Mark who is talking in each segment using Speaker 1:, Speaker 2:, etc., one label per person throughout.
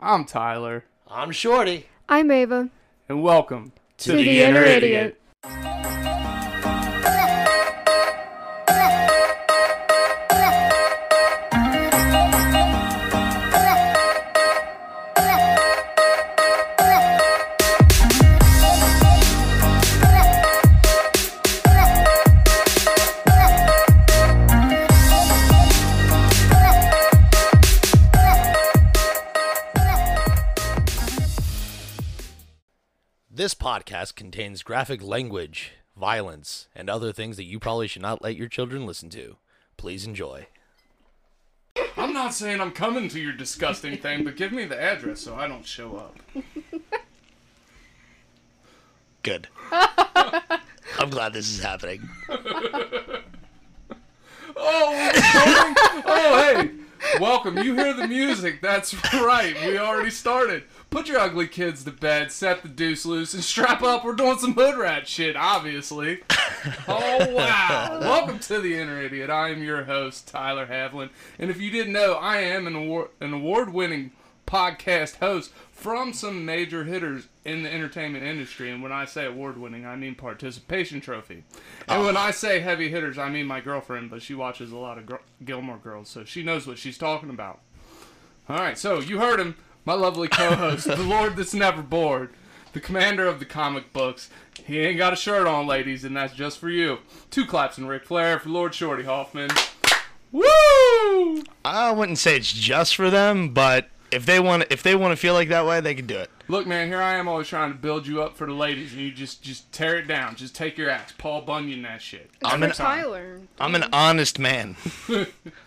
Speaker 1: I'm Tyler,
Speaker 2: I'm Shorty.
Speaker 3: I'm Ava.
Speaker 1: and welcome
Speaker 3: To the the Inner Inner Idiot. Idiot.
Speaker 2: This podcast contains graphic language, violence, and other things that you probably should not let your children listen to. Please enjoy.
Speaker 1: I'm not saying I'm coming to your disgusting thing, but give me the address so I don't show up.
Speaker 2: Good. I'm glad this is happening.
Speaker 1: Oh, we're recording? oh, hey, welcome. You hear the music? That's right. We already started. Put your ugly kids to bed, set the deuce loose, and strap up. We're doing some hood rat shit, obviously. Oh wow! Welcome to the Inner Idiot. I am your host Tyler Havlin, and if you didn't know, I am an award an award winning podcast host from some major hitters in the entertainment industry. And when I say award winning, I mean participation trophy.
Speaker 2: Oh.
Speaker 1: And when I say heavy hitters, I mean my girlfriend, but she watches a lot of Gr- Gilmore Girls, so she knows what she's talking about. All right, so you heard him, my lovely co-host, the Lord that's never bored, the commander of the comic books. He ain't got a shirt on, ladies, and that's just for you. Two claps and Ric Flair for Lord Shorty Hoffman. Woo!
Speaker 2: I wouldn't say it's just for them, but if they want, if they want to feel like that way, they can do it.
Speaker 1: Look, man, here I am always trying to build you up for the ladies, and you just just tear it down. Just take your axe, Paul Bunyan that shit.
Speaker 2: I'm
Speaker 3: For
Speaker 2: an,
Speaker 3: Tyler.
Speaker 2: I'm an honest man.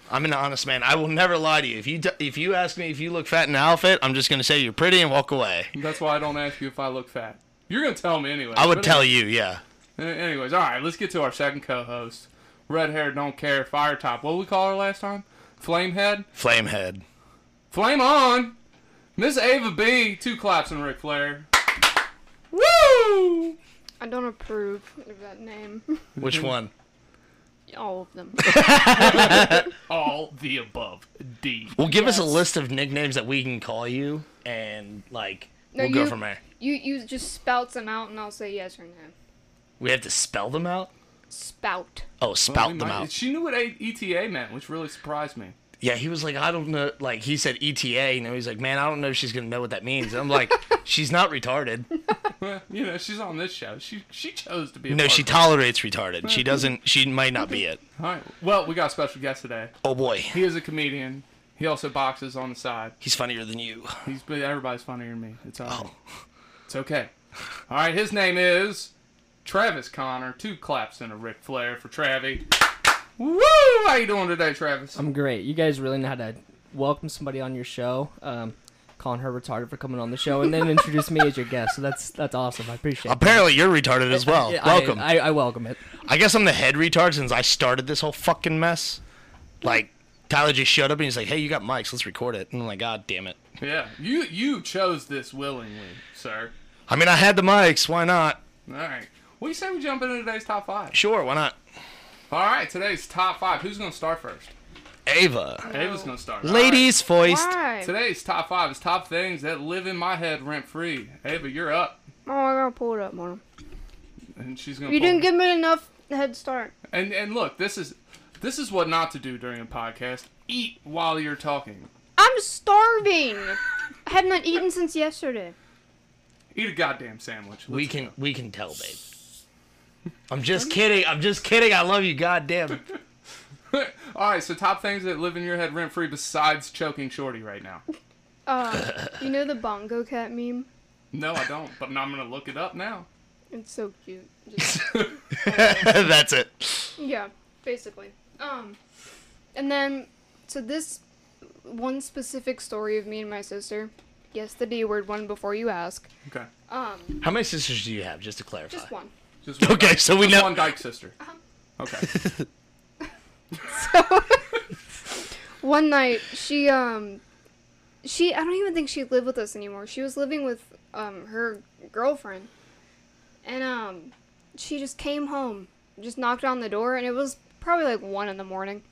Speaker 2: I'm an honest man. I will never lie to you. If you t- if you ask me if you look fat in an outfit, I'm just gonna say you're pretty and walk away.
Speaker 1: That's why I don't ask you if I look fat. You're gonna tell me anyway.
Speaker 2: I would tell you, yeah.
Speaker 1: Anyways, all right, let's get to our second co-host, red hair, don't care, fire top. What did we call her last time? Flamehead.
Speaker 2: Flamehead.
Speaker 1: Flame on! Miss Ava B, two claps and Ric Flair. Woo!
Speaker 3: I don't approve of that name.
Speaker 2: Which one?
Speaker 3: All of them.
Speaker 1: All the above. D.
Speaker 2: Well, give us a
Speaker 3: Yes.
Speaker 2: list of nicknames that we can call you, and like
Speaker 3: No,
Speaker 2: we'll
Speaker 3: you-
Speaker 2: go from there.
Speaker 3: You you just spout them out, and I'll say yes or no.
Speaker 2: We have to spell them out.
Speaker 3: Spout.
Speaker 2: Oh, spout
Speaker 1: We
Speaker 2: them
Speaker 1: might-
Speaker 2: out.
Speaker 1: She knew what A- ETA meant, which really surprised me.
Speaker 2: Yeah, he was like, I don't know. Like he said E ETA, and he's like, man, I don't know if she's gonna know what that means. I'm like, she's not retarded.
Speaker 1: Well, you know, she's on this show. She she chose to be. A
Speaker 2: No,
Speaker 1: part
Speaker 2: she
Speaker 1: of it.
Speaker 2: tolerates retarded. She doesn't. She might not be it.
Speaker 1: All right. Well, we got a special guest today.
Speaker 2: Oh boy,
Speaker 1: He is a comedian. He also boxes on the side.
Speaker 2: he's funnier than you.
Speaker 1: He's but everybody's funnier than me. It's all right. It's okay. All right. His name is Travis Connor. Two claps and a Ric Flair for Travie. Woo! How you doing today, Travis?
Speaker 4: I'm great. You guys really know how to welcome somebody on your show, um, calling her retarded for coming on the show, and then introduce me as your guest. So that's that's awesome. I appreciate. it.
Speaker 2: Apparently, you're retarded as well.
Speaker 4: Yeah, I-
Speaker 2: Oh, Welcome. I,
Speaker 4: I, I welcome it.
Speaker 2: guess I'm the head retard since I started this whole fucking mess. Like Tyler just showed up and he's like, "Hey, you got mics? Let's record it." And I'm like, "God damn it."
Speaker 1: Yeah, you you chose this willingly, sir.
Speaker 2: I mean, I had the mics. Why not?
Speaker 1: All right. What do you say we jump into today's top five?
Speaker 2: Sure, why not?
Speaker 1: All right, today's top five. Who's gonna start first?
Speaker 2: Ava,
Speaker 1: Ava's gonna start. All right.
Speaker 2: ladies voiced.
Speaker 3: Why?
Speaker 1: Today's top five is top things that live in my head rent free. Ava, you're up,
Speaker 3: Oh, I gotta pull it up, Mom.
Speaker 1: and she's gonna.
Speaker 3: You
Speaker 1: pull-
Speaker 3: didn't give me enough head start.
Speaker 1: And and look, this is this is what not to do during a podcast. Eat while you're talking.
Speaker 3: I'm starving. I have not eaten since yesterday.
Speaker 1: Eat a goddamn sandwich.
Speaker 2: We
Speaker 1: Let's-
Speaker 2: can we can tell, babe. I'm just kidding. I'm just kidding. I love you. Goddamn.
Speaker 1: All right, so top things that live in your head rent free besides choking Shorty right now.
Speaker 3: Uh, you know the bongo cat meme?
Speaker 1: No, I don't. But I'm gonna look it up now.
Speaker 3: It's so cute. Just,
Speaker 2: That's it.
Speaker 3: yeah, basically. Um, and then so this one specific story of me and my sister. Yes, the D word one before you ask.
Speaker 1: Okay.
Speaker 3: Um,
Speaker 2: How many sisters do you have? Just to clarify.
Speaker 3: just one.
Speaker 1: Just one
Speaker 2: Okay,
Speaker 1: dyke-
Speaker 2: so we
Speaker 1: just
Speaker 2: know-
Speaker 1: one Dyke sister. Okay.
Speaker 3: one night she um she i don't even think she lived with us anymore she was living with um her girlfriend and um she just came home just knocked on the door and it was probably like one in the morning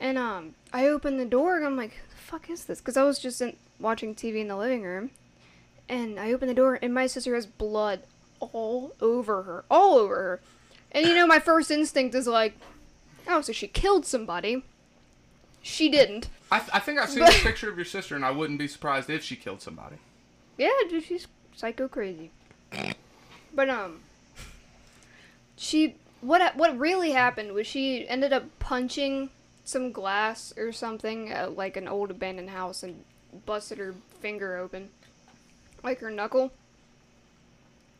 Speaker 3: and um i opened the door and i'm like who the fuck is this because i was just in watching TV in the living room, and I open the door, and my sister has blood all over her, all over her. And you know, my first instinct is like, oh, so she killed somebody. She didn't.
Speaker 1: I, I think I've seen a picture of your sister, and I wouldn't be surprised if she killed somebody.
Speaker 3: Yeah, dude, she's psycho crazy. but um, she what what really happened was she ended up punching some glass or something at like an old abandoned house and busted her finger open, like her knuckle.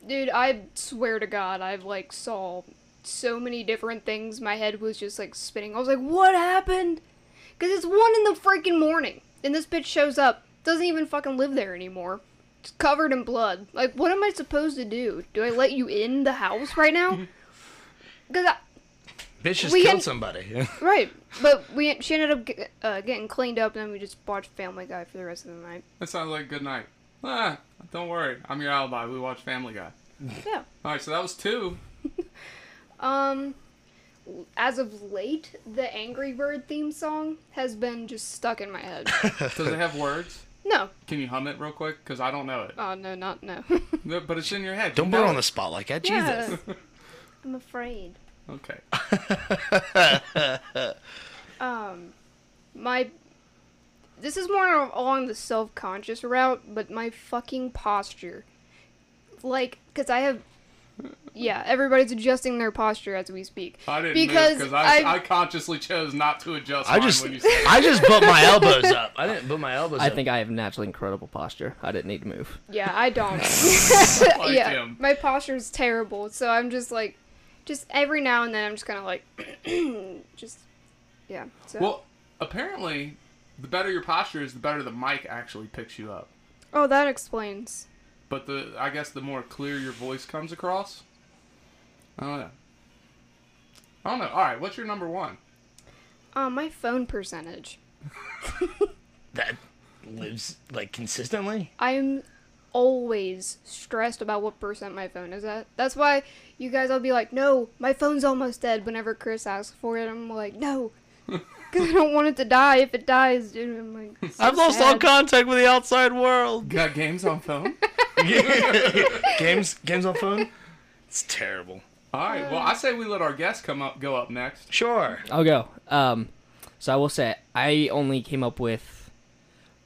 Speaker 3: Dude, I swear to God, I've like saw so many different things. My head was just like spinning. I was like, "What happened?" Because it's one in the freaking morning, and this bitch shows up. Doesn't even fucking live there anymore. It's covered in blood. Like, what am I supposed to do? Do I let you in the house right now? Because
Speaker 2: Bitch just
Speaker 3: We
Speaker 2: killed
Speaker 3: en-
Speaker 2: somebody.
Speaker 3: right, but we she ended up ge- uh, getting cleaned up, and then we just watched Family Guy for the rest of the night.
Speaker 1: That sounds like a good night. Ah, don't worry. I'm your alibi. We watch Family Guy.
Speaker 3: Yeah.
Speaker 1: All right, so that was two.
Speaker 3: Um, as of late, the Angry Bird theme song has been just stuck in my head.
Speaker 1: Does it have words?
Speaker 3: no,
Speaker 1: Can you hum it real quick? Because I don't know it.
Speaker 3: oh no, not no.
Speaker 1: No, But it's in your head.
Speaker 2: Don't
Speaker 1: You
Speaker 2: put her
Speaker 1: know
Speaker 2: on
Speaker 1: it.
Speaker 2: the spot like that. Jesus.
Speaker 3: Yeah. I'm afraid.
Speaker 1: Okay.
Speaker 3: um my this is more along the self-conscious route but my fucking posture like because i have yeah everybody's adjusting their posture as we speak
Speaker 1: I didn't
Speaker 3: because
Speaker 1: because I,
Speaker 3: I-
Speaker 1: I consciously chose not to adjust.
Speaker 2: I
Speaker 1: mine
Speaker 2: just
Speaker 1: when you said
Speaker 2: I just put my elbows up. I didn't put my elbows
Speaker 4: I
Speaker 2: up.
Speaker 4: think I have naturally incredible posture. I didn't need to move.
Speaker 3: yeah i don't
Speaker 1: Like
Speaker 3: yeah
Speaker 1: him.
Speaker 3: my posture is terrible so i'm just like just every now and then i'm just kind of like just yeah so
Speaker 1: Well, apparently, the better your posture is, the better the mic actually picks you up.
Speaker 3: oh that explains
Speaker 1: But the I guess the more clear your voice comes across. I don't know. I don't know. All right, what's your number one?
Speaker 3: uh, my phone percentage
Speaker 2: that lives like consistently.
Speaker 3: I'm always stressed about what percent my phone is at. That's why you guys will be like, no, my phone's almost dead whenever Chris asks for it. I'm like, no. Because I don't want it to die. If it dies, dude, I'm like, it's so
Speaker 2: I've lost
Speaker 3: sad.
Speaker 2: all contact with the outside world.
Speaker 1: Got games on phone?
Speaker 2: games games on phone. It's terrible.
Speaker 1: All right. Well, I say we let our guest come up go up next.
Speaker 2: Sure.
Speaker 4: I'll go. Um, so I will say I only came up with,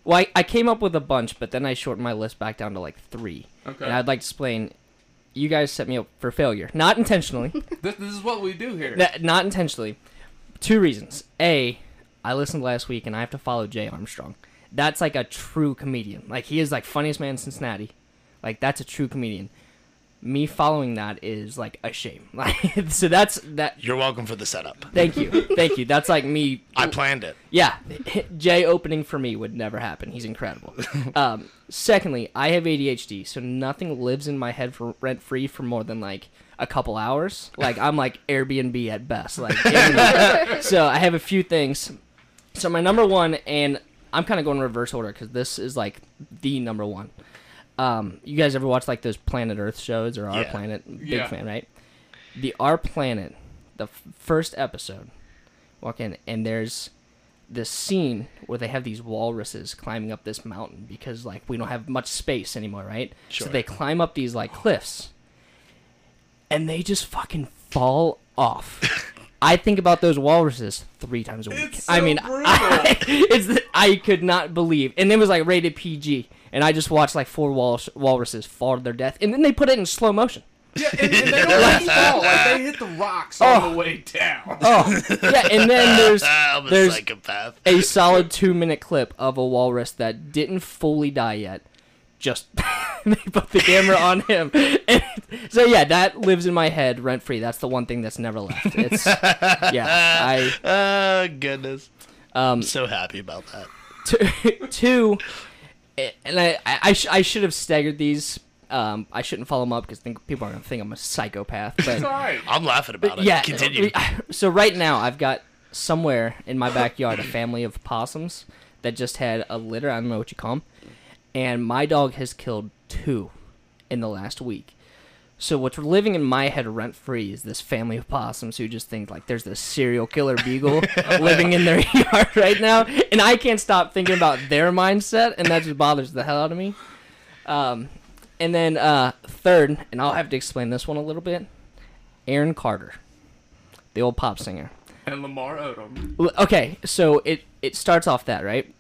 Speaker 4: well, I, I came up with a bunch, but then I shortened my list back down to like three.
Speaker 1: Okay.
Speaker 4: And I'd like to explain. You guys set me up for failure, not intentionally.
Speaker 1: This, this is what we do here.
Speaker 4: That- not intentionally. Two reasons. A, I listened last week and I have to follow Jay Armstrong. That's like a true comedian. Like he is like funniest man in Cincinnati. Like that's a true comedian. Me following that is like a shame. Like so that's that.
Speaker 2: You're welcome for the setup.
Speaker 4: Thank you, thank you. That's like me
Speaker 2: I planned it.
Speaker 4: yeah, Jay opening for me would never happen. He's incredible. um, secondly, I have ADHD, so nothing lives in my head for rent free for more than like a couple hours. Like I'm like Airbnb at best. Like, so I have a few things. So my number one, and I'm kind of going reverse order because this is like the number one. Um, you guys ever watch like those Planet Earth shows or Our
Speaker 2: Yeah.
Speaker 4: Planet? Big
Speaker 1: Yeah.
Speaker 4: fan, right? The Our Planet, the f- first episode. Walk in, and there's this scene where they have these walruses climbing up this mountain because like we don't have much space anymore, right?
Speaker 2: Sure.
Speaker 4: So they climb up these like cliffs and they just fucking fall off. I think about those walruses three times a week.
Speaker 1: It's
Speaker 4: I
Speaker 1: so
Speaker 4: mean,
Speaker 1: brutal.
Speaker 4: I, it's the- I could not believe, and it was like rated PG, and I just watched like four walrus, walruses fall to their death, and then they put it in slow motion.
Speaker 1: Yeah, and, and they don't just fall. Like they hit the rocks on the way down.
Speaker 4: Oh, yeah, and then there's
Speaker 2: I'm a
Speaker 4: there's
Speaker 2: psychopath.
Speaker 4: a solid two minute clip of a walrus that didn't fully die yet. Just they put the camera on him. And- so yeah, that lives in my head rent free. That's the one thing that's never left. It's yeah.
Speaker 2: Oh goodness.
Speaker 4: I um
Speaker 2: I'm so happy about that.
Speaker 4: two, two eh, and I I, I, sh- I should have staggered these. Um, I shouldn't follow them up because think people are gonna think I'm a psychopath.
Speaker 1: It's all
Speaker 4: But
Speaker 1: right.
Speaker 2: I'm laughing about it.
Speaker 4: yeah,
Speaker 2: Continue.
Speaker 4: So right now I've got somewhere in my backyard a family of possums that just had a litter. I don't know what you call them, and my dog has killed two in the last week. So what's living in my head rent free is this family of possums who just think like there's this serial killer beagle living in their yard right now, and I can't stop thinking about their mindset, and that just bothers the hell out of me. Um, and then uh, third, and I'll have to explain this one a little bit. Aaron Carter, the old pop singer.
Speaker 1: And Lamar Odom.
Speaker 4: L- okay so it it starts off that right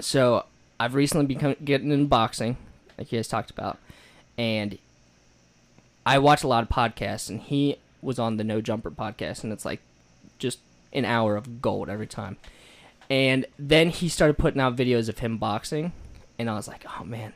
Speaker 4: so i've recently become getting into boxing like you guys talked about and i watch a lot of podcasts and he was on the no jumper podcast and it's like just an hour of gold every time and then he started putting out videos of him boxing and i was like oh man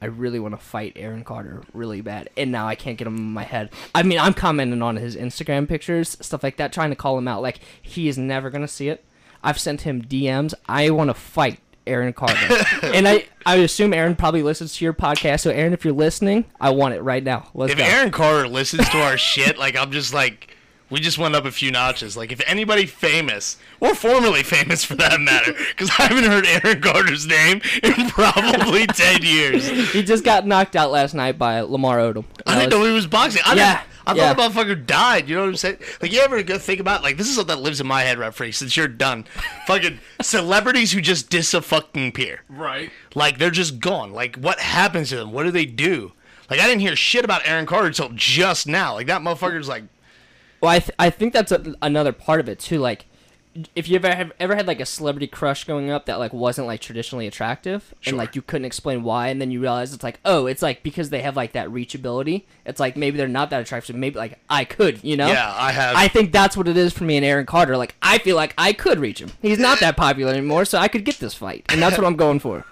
Speaker 4: I really want to fight Aaron Carter really bad, and now I can't get him in my head. I mean, I'm commenting on his Instagram pictures, stuff like that, trying to call him out. Like he is never gonna see it. I've sent him DMs. I want to fight Aaron Carter, and I I assume Aaron probably listens to your podcast. So Aaron, if you're listening, I want it right now. Let's
Speaker 2: If
Speaker 4: go.
Speaker 2: Aaron Carter listens to our shit, like I'm just like, we just went up a few notches. Like if anybody famous or formerly famous for that matter, because I haven't heard Aaron Carter's name in probably ten years.
Speaker 4: he just got knocked out last night by Lamar
Speaker 2: I
Speaker 4: Odom.
Speaker 2: didn't
Speaker 4: That was-
Speaker 2: know he was boxing. I
Speaker 4: Yeah,
Speaker 2: yeah. I
Speaker 4: yeah.
Speaker 2: thought the motherfucker died. You know what I'm saying? Like, you ever go think about, like, this is something that lives in my head, right, free, since you're done. fucking celebrities who just dis a fucking peer.
Speaker 1: Right.
Speaker 2: Like, they're just gone. Like, what happens to them? What do they do? Like, I didn't hear shit about Aaron Carter until just now. Like, that motherfucker's like,
Speaker 4: Well, I, th- I think that's a, another part of it too. Like, if you ever have ever had like a celebrity crush going up that like wasn't like traditionally attractive,
Speaker 2: Sure.
Speaker 4: and like you couldn't explain why, and then you realize it's like, oh, it's like because they have like that reachability. It's like maybe they're not that attractive. Maybe like I could, you know?
Speaker 2: yeah, I have.
Speaker 4: I think that's what it is for me and Aaron Carter. Like I feel like I could reach him. He's not that popular anymore, so I could get this fight, and that's what I'm going for.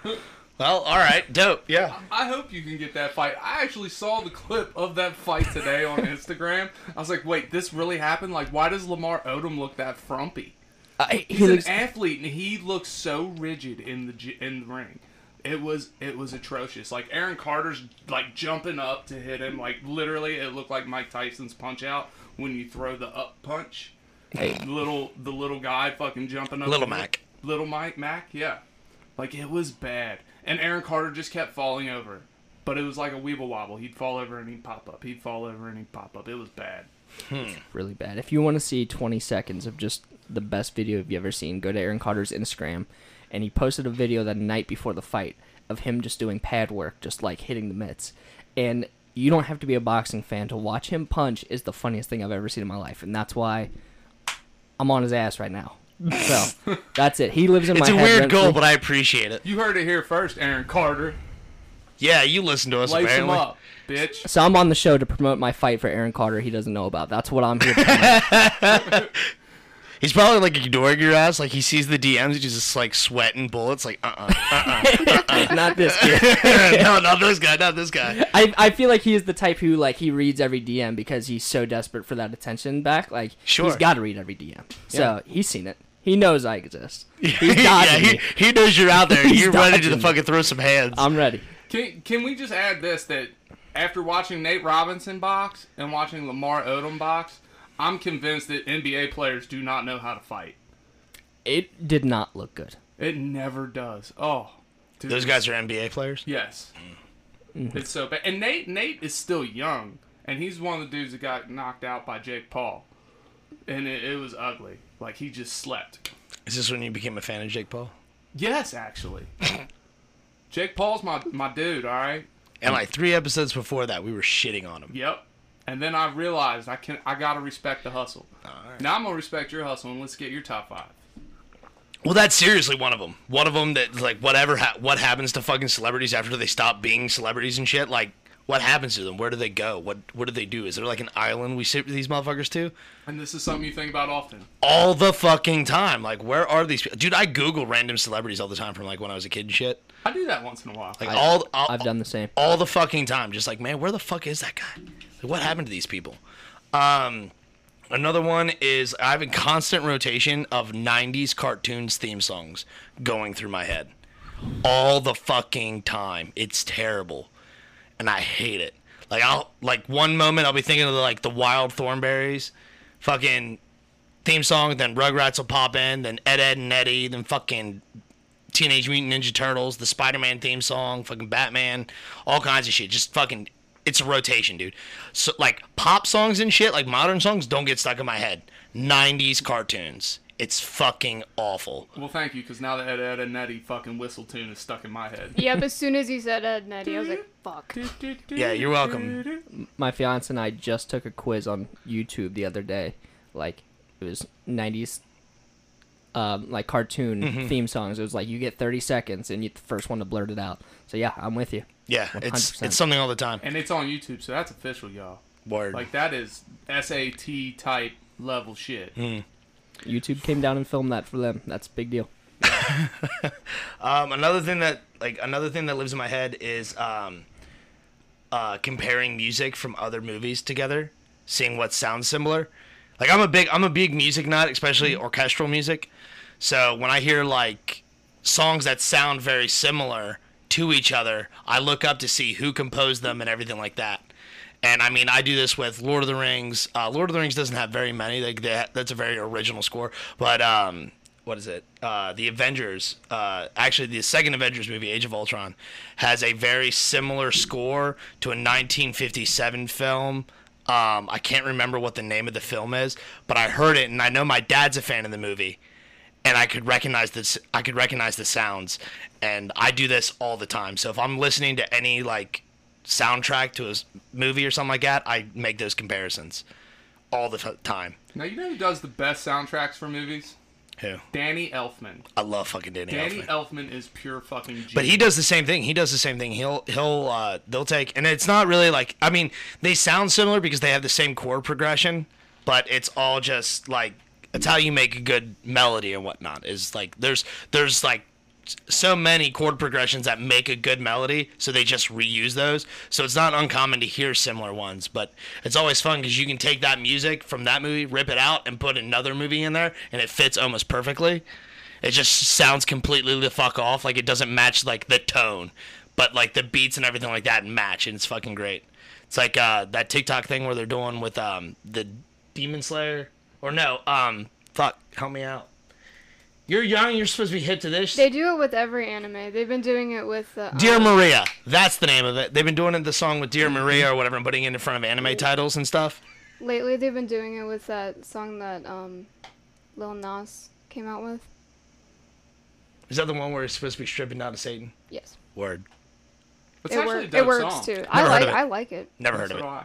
Speaker 2: well, all right, dope. Yeah.
Speaker 1: I hope you can get that fight. I actually saw the clip of that fight today on Instagram. I was like, wait, this really happened? Like, why does Lamar Odom look that frumpy?
Speaker 4: I, Uh, he
Speaker 1: He's
Speaker 4: looks,
Speaker 1: an athlete, and he looks so rigid in the gy- in the ring. It was it was atrocious. Like Aaron Carter's like jumping up to hit him. Like literally, it looked like Mike Tyson's punch out when you throw the up punch.
Speaker 4: Hey.
Speaker 1: Little the little guy fucking jumping up.
Speaker 2: Little
Speaker 1: to hit-
Speaker 2: Mac.
Speaker 1: Little Mike Mac, yeah. Like it was bad, and Aaron Carter just kept falling over. But it was like a weeble wobble. He'd fall over and he'd pop up. He'd fall over and he'd pop up. It was bad.
Speaker 4: really bad. If you want to see 20 seconds of just the best video you've ever seen, go to Aaron Carter's Instagram, and he posted a video the night before the fight of him just doing pad work, just like hitting the mitts. And you don't have to be a boxing fan to watch him punch is the funniest thing I've ever seen in my life, and that's why I'm on his ass right now. So that's it. He lives in
Speaker 2: It's
Speaker 4: my
Speaker 2: a
Speaker 4: head
Speaker 2: weird
Speaker 4: rent-free.
Speaker 2: goal, but I appreciate it.
Speaker 1: You heard it here first, Aaron Carter.
Speaker 2: Yeah, you listen to us,
Speaker 1: Lace him
Speaker 2: apparently.
Speaker 1: up, bitch.
Speaker 4: So I'm on the show to promote my fight for Aaron Carter. He doesn't know about. That's what I'm here. to promote.
Speaker 2: He's probably like ignoring your ass. Like he sees the DMs, he's just like sweating bullets. Like uh uh
Speaker 4: Not this kid.
Speaker 2: uh uh. No, not this guy, not this guy.
Speaker 4: I, I feel like he is the type who like he reads every DM because he's so desperate for that attention back. Like
Speaker 2: Sure.
Speaker 4: he's got to read every DM. So he's seen it. He knows I exist. He's dodging
Speaker 2: yeah,
Speaker 4: me.
Speaker 2: he, he knows you're out there.
Speaker 4: He's
Speaker 2: You're ready to
Speaker 4: dodging Um, me.
Speaker 2: fucking throw some hands.
Speaker 4: I'm ready.
Speaker 1: Can, can we just add this that after watching Nate Robinson box and watching Lamar Odom box, I'm convinced that NBA players do not know how to fight.
Speaker 4: It did not look good.
Speaker 1: It never does. Oh, dude.
Speaker 2: Those guys are NBA players.
Speaker 1: Yes,
Speaker 2: Mm.
Speaker 1: it's so bad. And Nate Nate is still young, and he's one of the dudes that got knocked out by Jake Paul, and it, it was ugly. Like he just slept.
Speaker 2: Is this when you became a fan of Jake Paul?
Speaker 1: Yes, actually. Jake Paul's my my dude. All right.
Speaker 2: And like three episodes before that, we were shitting on him.
Speaker 1: Yep. And then I realized I can I gotta respect the hustle. Now I'm gonna respect your hustle and let's get your top five.
Speaker 2: Well, that's seriously one of them. One of them that like whatever ha- what happens to fucking celebrities after they stop being celebrities and shit. Like what happens to them? Where do they go? What what do they do? Is there like an island we sit these motherfuckers to?
Speaker 1: And this is something you think about often.
Speaker 2: all the fucking time. Like, where are these people? Dude, I Google random celebrities all the time from like when I was a kid and shit.
Speaker 1: I do that once in a while.
Speaker 2: Like all, all
Speaker 4: I've done the same.
Speaker 2: all the fucking time. Just like, man, where the fuck is that guy? Like, what happened to these people? Um, another one is I have a constant rotation of '90s cartoons theme songs going through my head all the fucking time. It's terrible, and I hate it. Like I'll like one moment I'll be thinking of like the Wild Thornberries, fucking theme song. Then Rugrats will pop in. Then Ed Ed and Eddie. Then fucking Teenage Mutant Ninja Turtles, the Spider Man theme song, fucking Batman, all kinds of shit. Just fucking it's a rotation, dude. So like pop songs and shit, like modern songs, don't get stuck in my head. '90s cartoons, it's fucking awful.
Speaker 1: Well, thank you, because now the Ed, Ed, and Nettie fucking whistle tune is stuck in my head.
Speaker 3: Yep, as soon as you said Ed and Eddie, I was like, fuck.
Speaker 2: Yeah, you're welcome.
Speaker 4: my fiance and I just took a quiz on YouTube the other day. Like it was '90s, um, like cartoon
Speaker 2: Mm-hmm.
Speaker 4: theme songs. It was like you get 30 seconds and you're the first one to blurt it out. So yeah, I'm with you.
Speaker 2: Yeah, it's
Speaker 4: 100%.
Speaker 2: it's something all the time.
Speaker 1: And it's on YouTube, so that's official, y'all.
Speaker 2: Word.
Speaker 1: Like that is SAT type level shit.
Speaker 2: Mm.
Speaker 4: YouTube came down and filmed that for them. That's a big deal.
Speaker 2: Um, another thing that like another thing that lives in my head is um, uh, comparing music from other movies together, seeing what sounds similar. Like I'm a big I'm a big music nut, especially orchestral music. So when I hear like songs that sound very similar to each other, I look up to see who composed them and everything like that. And I mean, I do this with Lord of the Rings. Uh, Lord of the Rings doesn't have very many. Like that, that's a very original score. But um, what is it? Uh, the Avengers. Uh, actually, the second Avengers movie, Age of Ultron, has a very similar score to a 1957 film. Um, I can't remember what the name of the film is, but I heard it, and I know my dad's a fan of the movie and I could recognize this. I could recognize the sounds, and I do this all the time. So if I'm listening to any like soundtrack to a s- movie or something like that, I make those comparisons all the f- time.
Speaker 1: Now you know who does the best soundtracks for movies?
Speaker 2: Who?
Speaker 1: Danny Elfman.
Speaker 2: I love fucking Danny,
Speaker 1: Danny
Speaker 2: Elfman.
Speaker 1: Elfman is pure fucking genius.
Speaker 2: But he does the same thing. He does the same thing. He'll he'll uh, they'll take, and it's not really like I mean they sound similar because they have the same chord progression, but it's all just like it's how you make a good melody and whatnot. Is like there's there's like s- so many chord progressions that make a good melody, so they just reuse those. So it's not uncommon to hear similar ones, but it's always fun because you can take that music from that movie, rip it out, and put another movie in there, and it fits almost perfectly. It just sounds completely the fuck off. Like it doesn't match like the tone, but like the beats and everything like that match, and it's fucking great. It's like uh, that TikTok thing where they're doing with um, the Demon Slayer, or no, um, fuck, help me out. You're young. You're supposed to be hip to this.
Speaker 3: They do it with every anime. They've been doing it with the. Um,
Speaker 2: Dear Maria, that's the name of it. They've been doing it the song with Dear Maria or whatever, and putting it in front of anime titles and stuff.
Speaker 3: lately, they've been doing it with that song that um, Lil Nas came out with.
Speaker 2: Is that the one where it's supposed to be stripping down to Satan?
Speaker 3: Yes,
Speaker 2: Word.
Speaker 1: it's
Speaker 3: it,
Speaker 1: actually
Speaker 3: wor-
Speaker 1: a dope
Speaker 3: it works
Speaker 1: song.
Speaker 3: too.
Speaker 1: So
Speaker 3: I
Speaker 2: Never heard
Speaker 3: like.
Speaker 2: of it.
Speaker 3: I like it.
Speaker 2: Never heard of
Speaker 1: do
Speaker 2: it.
Speaker 1: I.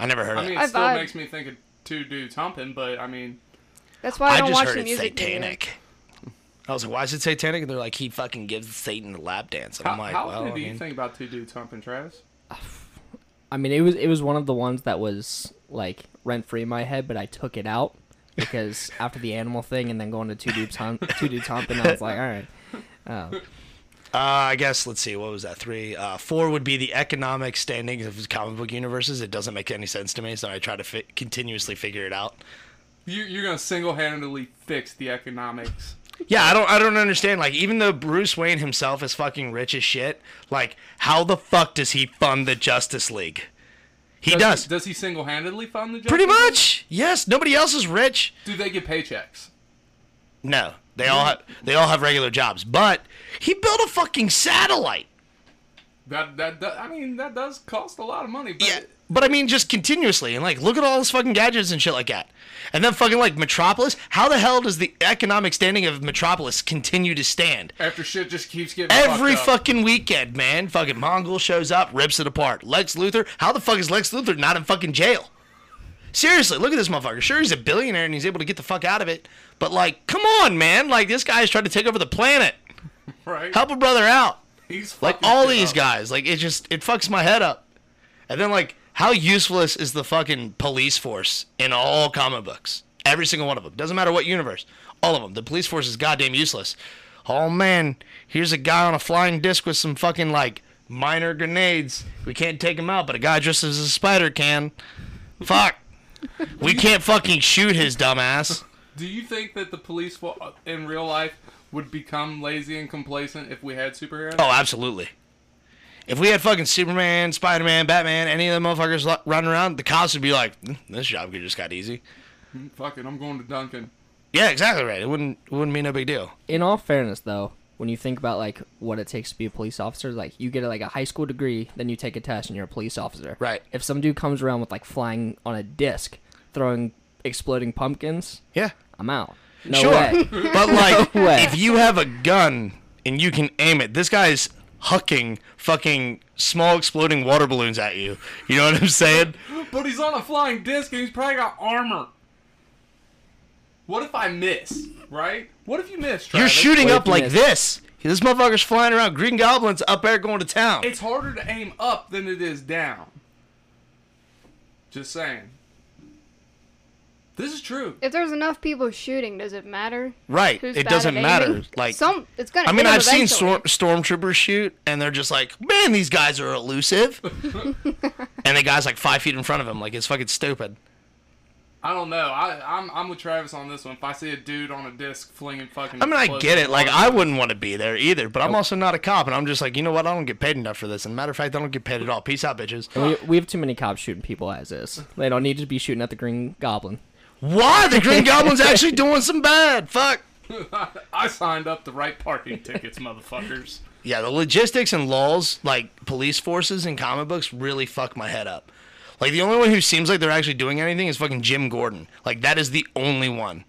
Speaker 2: I never heard
Speaker 1: I
Speaker 2: of
Speaker 1: mean,
Speaker 2: it.
Speaker 1: it
Speaker 3: I
Speaker 1: still
Speaker 3: vibe.
Speaker 1: makes me think of two dudes humping, but I mean,
Speaker 3: That's why I
Speaker 2: I
Speaker 3: don't
Speaker 2: just
Speaker 3: watch
Speaker 2: heard
Speaker 3: the
Speaker 2: it's
Speaker 3: music. video.
Speaker 2: satanic. I was like, why is it satanic? And they're like, he fucking gives Satan the lap dance. And
Speaker 1: how,
Speaker 2: I'm like,
Speaker 1: how
Speaker 2: well,
Speaker 1: often
Speaker 2: I
Speaker 1: do you
Speaker 2: mean,
Speaker 1: think about two dudes humping, Travis?
Speaker 4: I mean, it was it was one of the ones that was like rent free in my head, but I took it out because after the animal thing and then going to two dudes hump, two dudes hump, and I was like, all right,
Speaker 2: uh, I guess, let's see, what was that? Three. Uh, four would be the economic standings of comic book universes. It doesn't make any sense to me, so I try to fi- continuously figure it out.
Speaker 1: You, you're gonna single-handedly fix the economics.
Speaker 2: Yeah, I don't I don't understand. Like, even though Bruce Wayne himself is fucking rich as shit, like, how the fuck does he fund the Justice League? He does.
Speaker 1: Does he single-handedly fund the?
Speaker 2: Pretty
Speaker 1: Justice League?
Speaker 2: much. Yes, nobody else is rich.
Speaker 1: Do they get paychecks?
Speaker 2: No, they all have they all have regular jobs. But he built a fucking satellite.
Speaker 1: That that, that- I mean that does cost a lot of money. But
Speaker 2: Yeah, but I mean, just continuously and like look at all his fucking gadgets and shit like that. And then fucking like Metropolis. How the hell does the economic standing of Metropolis continue to stand?
Speaker 1: After shit just keeps getting
Speaker 2: Every
Speaker 1: fucked up.
Speaker 2: fucking weekend, man. Fucking Mongol shows up, rips it apart. Lex Luthor. How the fuck is Lex Luthor not in fucking jail? Seriously, look at this motherfucker. Sure, he's a billionaire and he's able to get the fuck out of it. But like, come on, man. Like this guy's trying to take over the planet.
Speaker 1: right?
Speaker 2: Help a brother out.
Speaker 1: He's
Speaker 2: like
Speaker 1: fucking
Speaker 2: all
Speaker 1: shit
Speaker 2: these
Speaker 1: up.
Speaker 2: guys like it just it fucks my head up and then like how useless is the fucking police force in all comic books every single one of them doesn't matter what universe all of them the police force is goddamn useless oh man here's a guy on a flying disc with some fucking like minor grenades we can't take him out but a guy dressed as a spider can fuck we can't fucking shoot his dumbass
Speaker 1: Do you think that the police fo- in real life would become lazy and complacent if we had superheroes?
Speaker 2: Oh, absolutely. If we had fucking Superman, Spider Man, Batman, any of them motherfuckers lo- running around, the cops would be like, "Mm, "This job could just got easy."
Speaker 1: Fuck it, I'm going to Duncan.
Speaker 2: Yeah, exactly right. It wouldn't it wouldn't be no big deal.
Speaker 4: in all fairness, though, when you think about like what it takes to be a police officer, like you get like a high school degree, then you take a test and you're a police officer.
Speaker 2: Right.
Speaker 4: If some dude comes around with like flying on a disc, throwing exploding pumpkins,
Speaker 2: Yeah.
Speaker 4: I'm out. No
Speaker 2: sure.
Speaker 4: way.
Speaker 2: But like
Speaker 4: No way.
Speaker 2: if you have a gun and you can aim it, this guy's hucking fucking small exploding water balloons at you. You know what I'm saying?
Speaker 1: But he's on a flying disc and he's probably got armor. What if I miss? Right? What if you miss?
Speaker 2: You're
Speaker 1: Travis?
Speaker 2: shooting
Speaker 4: way
Speaker 2: up
Speaker 4: too
Speaker 2: like
Speaker 4: much.
Speaker 2: this. This motherfucker's flying around green goblins up there going to town.
Speaker 1: It's harder to aim up than it is down. Just saying. This is true.
Speaker 3: If there's enough people shooting, does it matter?
Speaker 2: right.
Speaker 3: Who's
Speaker 2: It
Speaker 3: bad
Speaker 2: doesn't
Speaker 3: at
Speaker 2: matter.
Speaker 3: aiming?
Speaker 2: Like
Speaker 3: some, it's gonna.
Speaker 2: I mean,
Speaker 3: hit 'em
Speaker 2: I've seen
Speaker 3: eventually.
Speaker 2: storm, stormtroopers shoot, and they're just like, "Man, these guys are elusive," and the guy's like five feet in front of him, like it's fucking stupid.
Speaker 1: I don't know. I, I'm I'm with Travis on this one. If I see a dude on a disc flinging fucking,
Speaker 2: I mean, I
Speaker 1: explosives
Speaker 2: get it. Like,
Speaker 1: at me,
Speaker 2: I wouldn't want to be there either, but I'm also not a cop, and I'm just like, you know what? I don't get paid enough for this. And matter of fact, I don't get paid at all. Peace out, bitches.
Speaker 4: we, we have too many cops shooting people as is. They don't need to be shooting at the Green Goblin.
Speaker 2: Why the Green Goblin's actually doing some bad? Fuck.
Speaker 1: I signed up the right parking tickets, motherfuckers.
Speaker 2: Yeah, the logistics and laws, like police forces and comic books, really fuck my head up. Like the only one who seems like they're actually doing anything is fucking Jim Gordon. Like that is the only one.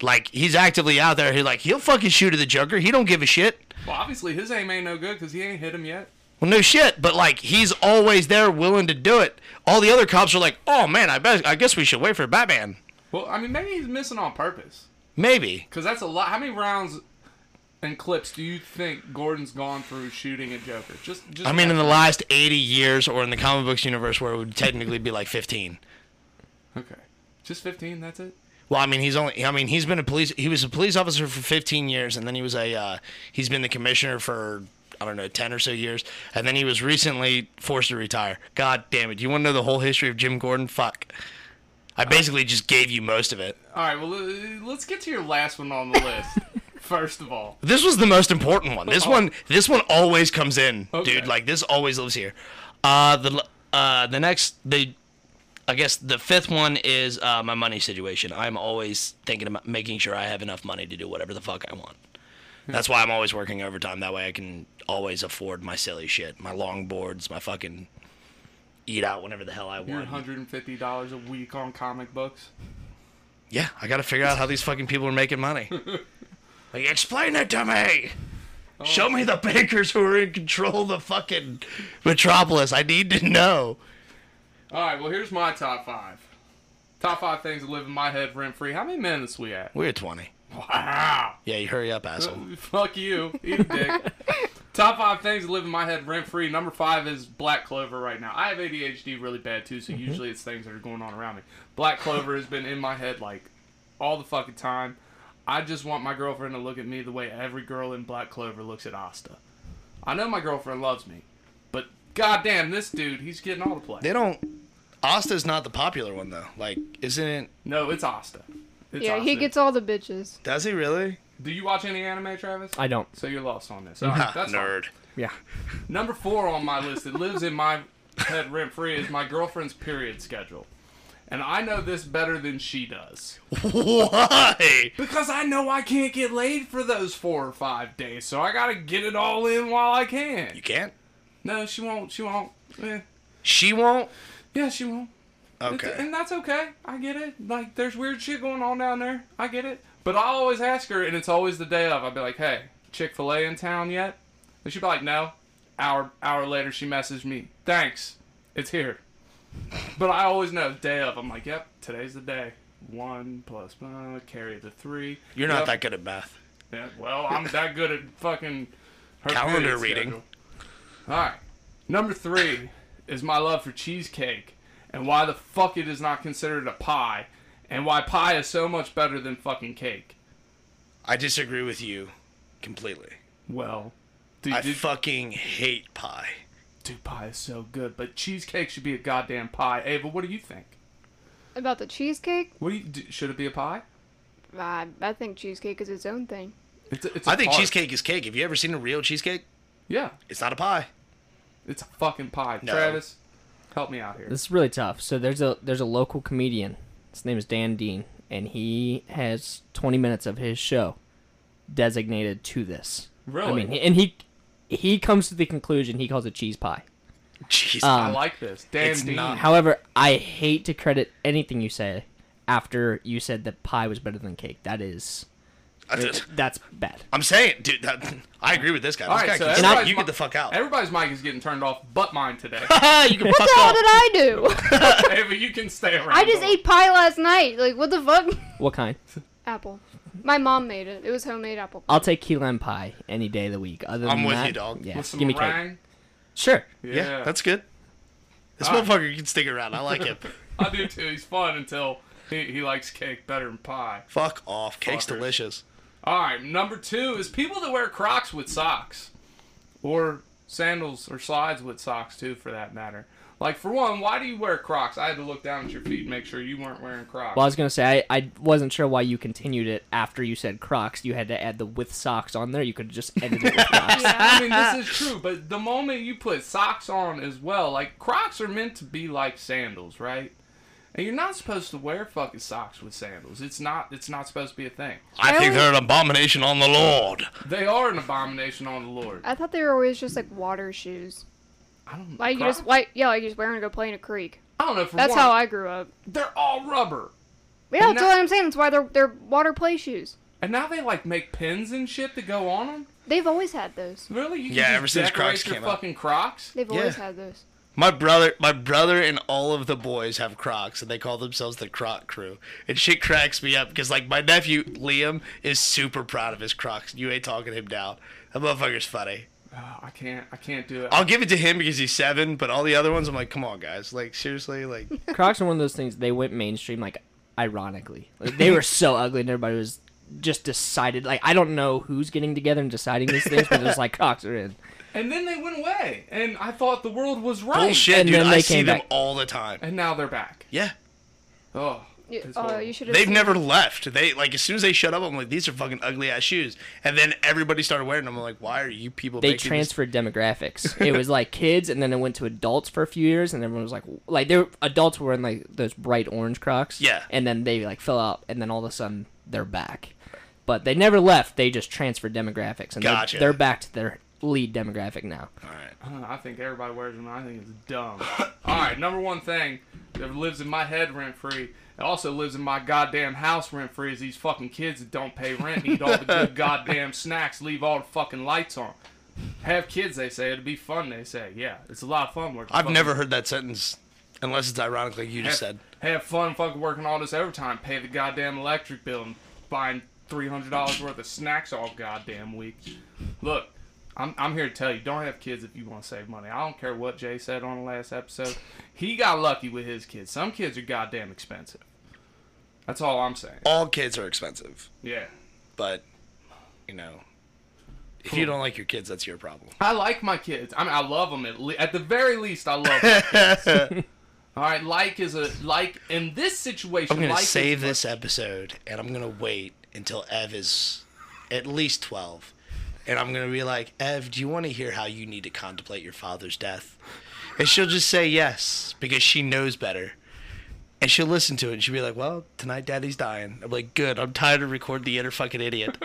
Speaker 2: Like he's actively out there. He like he'll fucking shoot at the Joker. He don't give a shit.
Speaker 1: Well, obviously his aim ain't no good because he ain't hit him yet.
Speaker 2: Well, no shit. But like he's always there, willing to do it. All the other cops are like, oh man, I bet I guess we should wait for Batman.
Speaker 1: Well, I mean, maybe he's missing on purpose
Speaker 2: Maybe.
Speaker 1: because that's a lot. How many rounds and clips do you think Gordon's gone through shooting at Joker? Just, just
Speaker 2: I mean, in the last 80 years, or in the comic books universe, where it would technically be like 15.
Speaker 1: okay, just 15. That's it.
Speaker 2: Well, I mean, he's only. I mean, he's been a police. He was a police officer for 15 years, and then he was a. Uh, he's been the commissioner for I don't know 10 or so years, and then he was recently forced to retire. God damn it! You want to know the whole history of Jim Gordon? Fuck. I basically just gave you most of it.
Speaker 1: All right. Well, uh, let's get to your last one on the list. First of all,
Speaker 2: This was the most important one. This
Speaker 1: Oh.
Speaker 2: one. This one always comes in,
Speaker 1: Okay.
Speaker 2: dude. Like this always lives here. Uh, the l- uh, the next the. I guess the fifth one is uh, my money situation. I'm always thinking about making sure I have enough money to do whatever the fuck I want.
Speaker 1: Hmm.
Speaker 2: That's why I'm always working overtime. That way I can always afford my silly shit, my long boards, my fucking eat out whenever the hell I
Speaker 1: you're
Speaker 2: want.
Speaker 1: 150 dollars a week on comic books.
Speaker 2: Yeah, I gotta figure out how these fucking people are making money. like, explain it to me. Show me the bankers who are in control of the fucking metropolis. I need to know.
Speaker 1: All right. Well, here's my top five. Top five things that live in my head rent free. How many minutes we at?
Speaker 2: We're at 20.
Speaker 1: Wow.
Speaker 2: Yeah, you hurry up, asshole.
Speaker 1: Fuck you. Eat a dick. Top five things that live in my head rent free. Number five is Black Clover right now. I have ADHD really bad too, so usually it's things that are going on around me. Black Clover has been in my head like all the fucking time. I just want my girlfriend to look at me the way every girl in Black Clover looks at Asta. I know my girlfriend loves me, but goddamn, this dude, he's getting all the play.
Speaker 2: They don't. Asta's not the popular one, though. Like, isn't it.
Speaker 1: No, it's Asta. It's
Speaker 3: Yeah, he
Speaker 1: Asta.
Speaker 3: gets all the bitches.
Speaker 2: Does he really?
Speaker 1: Do you watch any anime, Travis?
Speaker 4: I don't.
Speaker 1: So you're lost on this. All right, that's fine.
Speaker 2: Nerd.
Speaker 4: Yeah.
Speaker 1: Number four on my list that lives in my head rent free is my girlfriend's period schedule. And I know this better than she does.
Speaker 2: Why?
Speaker 1: Because I know I can't get laid for those four or five days, so I gotta get it all in while I can.
Speaker 2: You can't?
Speaker 1: No, she won't. She won't. Eh.
Speaker 2: She won't?
Speaker 1: Yeah, she won't. It's-
Speaker 2: Okay.
Speaker 1: And that's okay. I get it. Like, there's weird shit going on down there. I get it. But I always ask her, and it's always the day of. I'd be like, hey, Chick fil A in town yet? And she'd be like, no. Hour, hour later, she messaged me, thanks. It's here. But I always know day of. I'm like, yep, today's the day. One plus uh, carry the three.
Speaker 2: You're not
Speaker 1: Yep.
Speaker 2: that good at math.
Speaker 1: Yeah, well, I'm that good at fucking her
Speaker 2: Calendar
Speaker 1: period
Speaker 2: reading.
Speaker 1: schedule. All right, number three is my love for cheesecake and why the fuck it is not considered a pie, and why pie is so much better than fucking cake.
Speaker 2: I disagree with you completely.
Speaker 1: Well, dude,
Speaker 2: I
Speaker 1: dude,
Speaker 2: fucking hate pie.
Speaker 1: dude, pie is so good, but cheesecake should be a goddamn pie. Ava, what do you think?
Speaker 3: About the cheesecake,
Speaker 1: What do you, do, should it be a pie?
Speaker 3: I, I think cheesecake is its own thing.
Speaker 1: It's a, it's a
Speaker 2: I think
Speaker 1: part.
Speaker 2: cheesecake is cake. Have you ever seen a real cheesecake?
Speaker 1: Yeah,
Speaker 2: It's not a pie.
Speaker 1: it's a fucking pie.
Speaker 2: No.
Speaker 1: Travis, help me out here.
Speaker 4: This is really tough. So there's a there's a local comedian. His name is Dan Dean, and he has 20 minutes of his show designated to this.
Speaker 1: Really?
Speaker 4: I mean, and he he comes to the conclusion he calls it cheese pie.
Speaker 2: Jeez.
Speaker 1: I
Speaker 4: um,
Speaker 1: like this. Dan
Speaker 2: it's
Speaker 1: Dean.
Speaker 2: not-
Speaker 4: However, I hate to credit anything you say after you said that pie was better than cake. That is
Speaker 2: I-
Speaker 4: that's bad.
Speaker 2: I'm saying, dude, that, I agree with this guy. This
Speaker 1: All
Speaker 2: guy
Speaker 1: right, so
Speaker 2: can
Speaker 1: everybody's
Speaker 2: suck. you
Speaker 1: mi-
Speaker 2: get the fuck out.
Speaker 1: Everybody's mic is getting turned off, but mine today.
Speaker 2: you can
Speaker 3: What
Speaker 2: fuck
Speaker 3: the hell
Speaker 2: off.
Speaker 3: did I do?
Speaker 1: Ava, you can stay around.
Speaker 3: I just
Speaker 1: Don't-
Speaker 3: ate pie last night. Like, what the fuck?
Speaker 4: What kind?
Speaker 3: Apple. My mom made it. It was homemade apple. pie.
Speaker 4: I'll take key lime pie any day of the week. Other than
Speaker 2: I'm with
Speaker 4: that,
Speaker 2: you, dog.
Speaker 4: Yeah,
Speaker 1: with some
Speaker 4: give me cake.
Speaker 1: meringue.
Speaker 4: Sure.
Speaker 2: Yeah, that's good. This
Speaker 1: All right.
Speaker 2: motherfucker can stick around. I like him.
Speaker 1: I do too. He's fun until he, he likes cake better than pie.
Speaker 2: Fuck off. Cake's
Speaker 1: Fuckers.
Speaker 2: delicious.
Speaker 1: All right, number two is people that wear Crocs with socks, or sandals or slides with socks too, for that matter. Like for one, why do you wear Crocs? I had to look down at your feet and make sure you weren't wearing Crocs.
Speaker 4: Well, I was gonna say I, I wasn't sure why you continued it after you said Crocs. You had to add the with socks on there. You could have just ended it with Crocs.
Speaker 1: I mean, this is true, but the moment you put socks on as well, like Crocs are meant to be like sandals, right? And you're not supposed to wear fucking socks with sandals. It's not. It's not supposed to be a thing.
Speaker 2: I
Speaker 3: I
Speaker 2: think
Speaker 3: only-
Speaker 2: they're an abomination on the Lord.
Speaker 1: They are an abomination on the Lord.
Speaker 3: I thought they were always just like water shoes.
Speaker 1: I don't.
Speaker 3: Like you
Speaker 1: Crocs-
Speaker 3: just like yeah, like you just wear 'em to go play in a creek.
Speaker 1: I don't know. For
Speaker 3: That's
Speaker 1: one,
Speaker 3: how I grew up.
Speaker 1: They're all rubber.
Speaker 3: Yeah,
Speaker 1: And
Speaker 3: that's
Speaker 1: that-
Speaker 3: what I'm saying. That's why they're they're water play shoes.
Speaker 1: And now they like make pins and shit to go on them.
Speaker 3: They've always had those.
Speaker 1: Really? You can
Speaker 2: Yeah,
Speaker 1: just
Speaker 2: ever since
Speaker 1: decorate
Speaker 2: Crocs
Speaker 1: your
Speaker 2: came out.
Speaker 1: fucking Crocs.
Speaker 3: They've always
Speaker 2: Yeah.
Speaker 3: had those.
Speaker 2: My brother, my brother, and all of the boys have Crocs, and they call themselves the Croc Crew. And shit cracks me up because, like, my nephew Liam is super proud of his Crocs. You ain't talking him down. That motherfucker's funny.
Speaker 1: Oh, I can't. I can't do it.
Speaker 2: I'll give it to him because he's seven, but all the other ones, I'm like, come on, guys. Like, seriously, like,
Speaker 4: Crocs are one of those things they went mainstream like ironically. Like, they were so ugly and everybody was just decided like I don't know who's getting together and deciding these things, but it was like Crocs are in.
Speaker 1: And then they went away, and I thought the world was right.
Speaker 2: bullshit,
Speaker 4: And
Speaker 2: dude.
Speaker 4: then
Speaker 2: I
Speaker 4: they
Speaker 2: see
Speaker 4: came
Speaker 2: them
Speaker 4: back.
Speaker 2: all the time.
Speaker 1: And now they're back.
Speaker 2: Yeah.
Speaker 1: Oh.
Speaker 3: You,
Speaker 1: it's
Speaker 3: oh,
Speaker 1: horrible.
Speaker 3: you should have.
Speaker 2: They've
Speaker 3: seen-
Speaker 2: never left. They like as soon as they shut up, I'm like, these are fucking ugly ass shoes. And then everybody started wearing them. I'm like, why are you people?
Speaker 4: They
Speaker 2: making this-
Speaker 4: transferred demographics. It was like kids and then it went to adults for a few years and everyone was like like they were, adults were in like those bright orange Crocs.
Speaker 2: Yeah.
Speaker 4: And then they like fell out and then all of a sudden they're back. But they never left. They just transferred demographics and they're-
Speaker 2: Gotcha.
Speaker 4: they're back to their lead demographic now.
Speaker 2: All
Speaker 4: Oh,
Speaker 2: right.
Speaker 1: Uh, I think everybody wears them. I think it's dumb. All right, number one thing that lives in my head rent free, it also lives in my goddamn house rent free, is these fucking kids that don't pay rent, and eat all the good goddamn snacks, leave all the fucking lights on. Have kids, they say. It'd be fun, they say. Yeah, it's a lot of fun working.
Speaker 2: I've
Speaker 1: fucking-
Speaker 2: never heard that sentence unless it's ironic, like you
Speaker 1: have,
Speaker 2: just said.
Speaker 1: have fun fucking working all this overtime, pay the goddamn electric bill, and buying three hundred dollars worth of snacks all goddamn week. Look, I'm I'm here to tell you, don't have kids if you want to save money. I don't care what Jay said on the last episode. He got lucky with his kids. Some kids are goddamn expensive. That's all I'm saying.
Speaker 2: All kids are expensive,
Speaker 1: Yeah.
Speaker 2: but you know, if you don't like your kids, that's your problem.
Speaker 1: I like my kids. I mean, I love them at, le- at the very least. I love my kids. All right, like is a like in this situation.
Speaker 2: I'm gonna
Speaker 1: like is-
Speaker 2: save this episode, and I'm gonna wait until Ev is at least twelve, and I'm gonna be like, Ev, do you want to hear how you need to contemplate your father's death? And she'll just say yes because she knows better, and she'll listen to it. and She'll be like, Well, tonight Daddy's dying. I'm like, Good. I'm tired of recording the inner fucking idiot.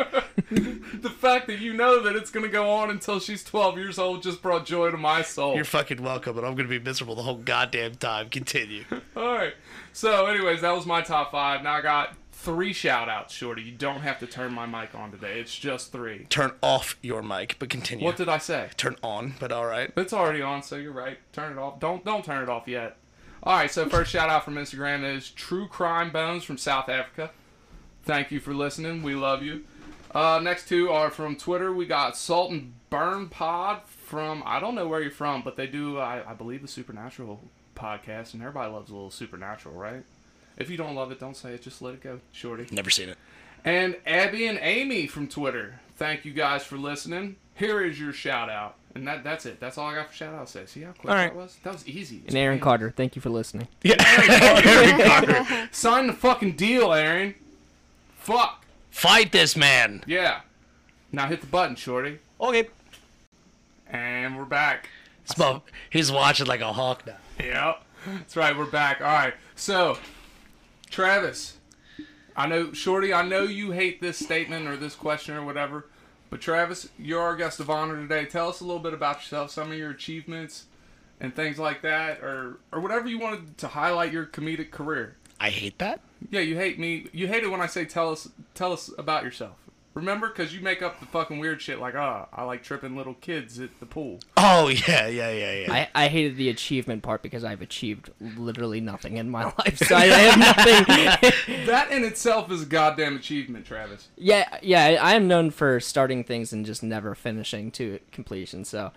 Speaker 1: The fact that you know that it's gonna go on until she's 12 years old just brought joy to my soul.
Speaker 2: You're fucking welcome, and I'm gonna be miserable the whole goddamn time. Continue.
Speaker 1: All right. So, anyways, that was my top five. Now I got three shout outs, Shorty. You don't have to turn my mic on today. It's just three.
Speaker 2: Turn off your mic, but continue.
Speaker 1: What did I say?
Speaker 2: Turn on, but all right.
Speaker 1: It's already on, so you're right. Turn it off. Don't don't turn it off yet. All right. So first shout out from Instagram is True Crime Bones from South Africa. Thank you for listening. We love you. Uh, next two are from Twitter. We got Salt and Burn Pod from I don't know where you're from, but they do I, I believe the Supernatural podcast, and everybody loves a little Supernatural, right? If you don't love it, don't say it. Just let it go, Shorty.
Speaker 2: Never seen it.
Speaker 1: And Abby and Amy from Twitter. Thank you guys for listening. Here is your shout out. And that, that's it. That's all I got for shout out. Say, see how quick
Speaker 4: All
Speaker 1: that
Speaker 4: right.
Speaker 1: was? That was easy.
Speaker 4: And Aaron Carter, thank you for listening.
Speaker 1: Sign the fucking deal, Aaron. Fuck.
Speaker 2: Fight this man.
Speaker 1: Yeah. Now hit the button, Shorty.
Speaker 2: Okay.
Speaker 1: And we're back.
Speaker 2: Smoke. He's watching like a hawk now.
Speaker 1: Yep. That's right. We're back. All right. So, Travis, I know, Shorty, I know you hate this statement or this question or whatever, But Travis, you're our guest of honor today. Tell us a little bit about yourself, some of your achievements, and things like that, or or whatever you wanted to highlight your comedic career.
Speaker 2: I hate that.
Speaker 1: Yeah, you hate me. You hate it when I say tell us tell us about yourself. Remember, because you make up the fucking weird shit like, ah, I like tripping little kids at the pool.
Speaker 2: Oh yeah, yeah, yeah, yeah.
Speaker 4: I, I hated the achievement part because I've achieved literally nothing in my life, so I, I have nothing.
Speaker 1: That in itself is a goddamn achievement, Travis.
Speaker 4: yeah, yeah, I- I am known for starting things and just never finishing to completion. So,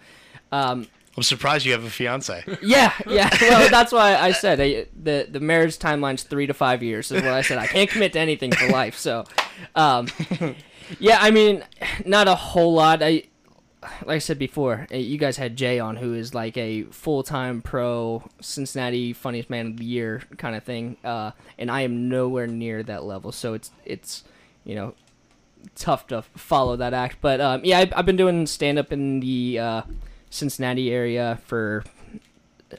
Speaker 4: um,
Speaker 2: I'm surprised you have a fiance.
Speaker 4: yeah, yeah. Well, that's why I said I, the the marriage timeline's three to five years is what I said. I can't commit to anything for life. So, um, yeah, I mean, not a whole lot. I like I said before, uh, you guys had Jay on, who is like a full time pro Cincinnati funniest man of the year kind of thing, uh, and I am nowhere near that level. So it's it's you know tough to follow that act, but um, yeah, I, I've been doing stand up in the uh, Cincinnati area for.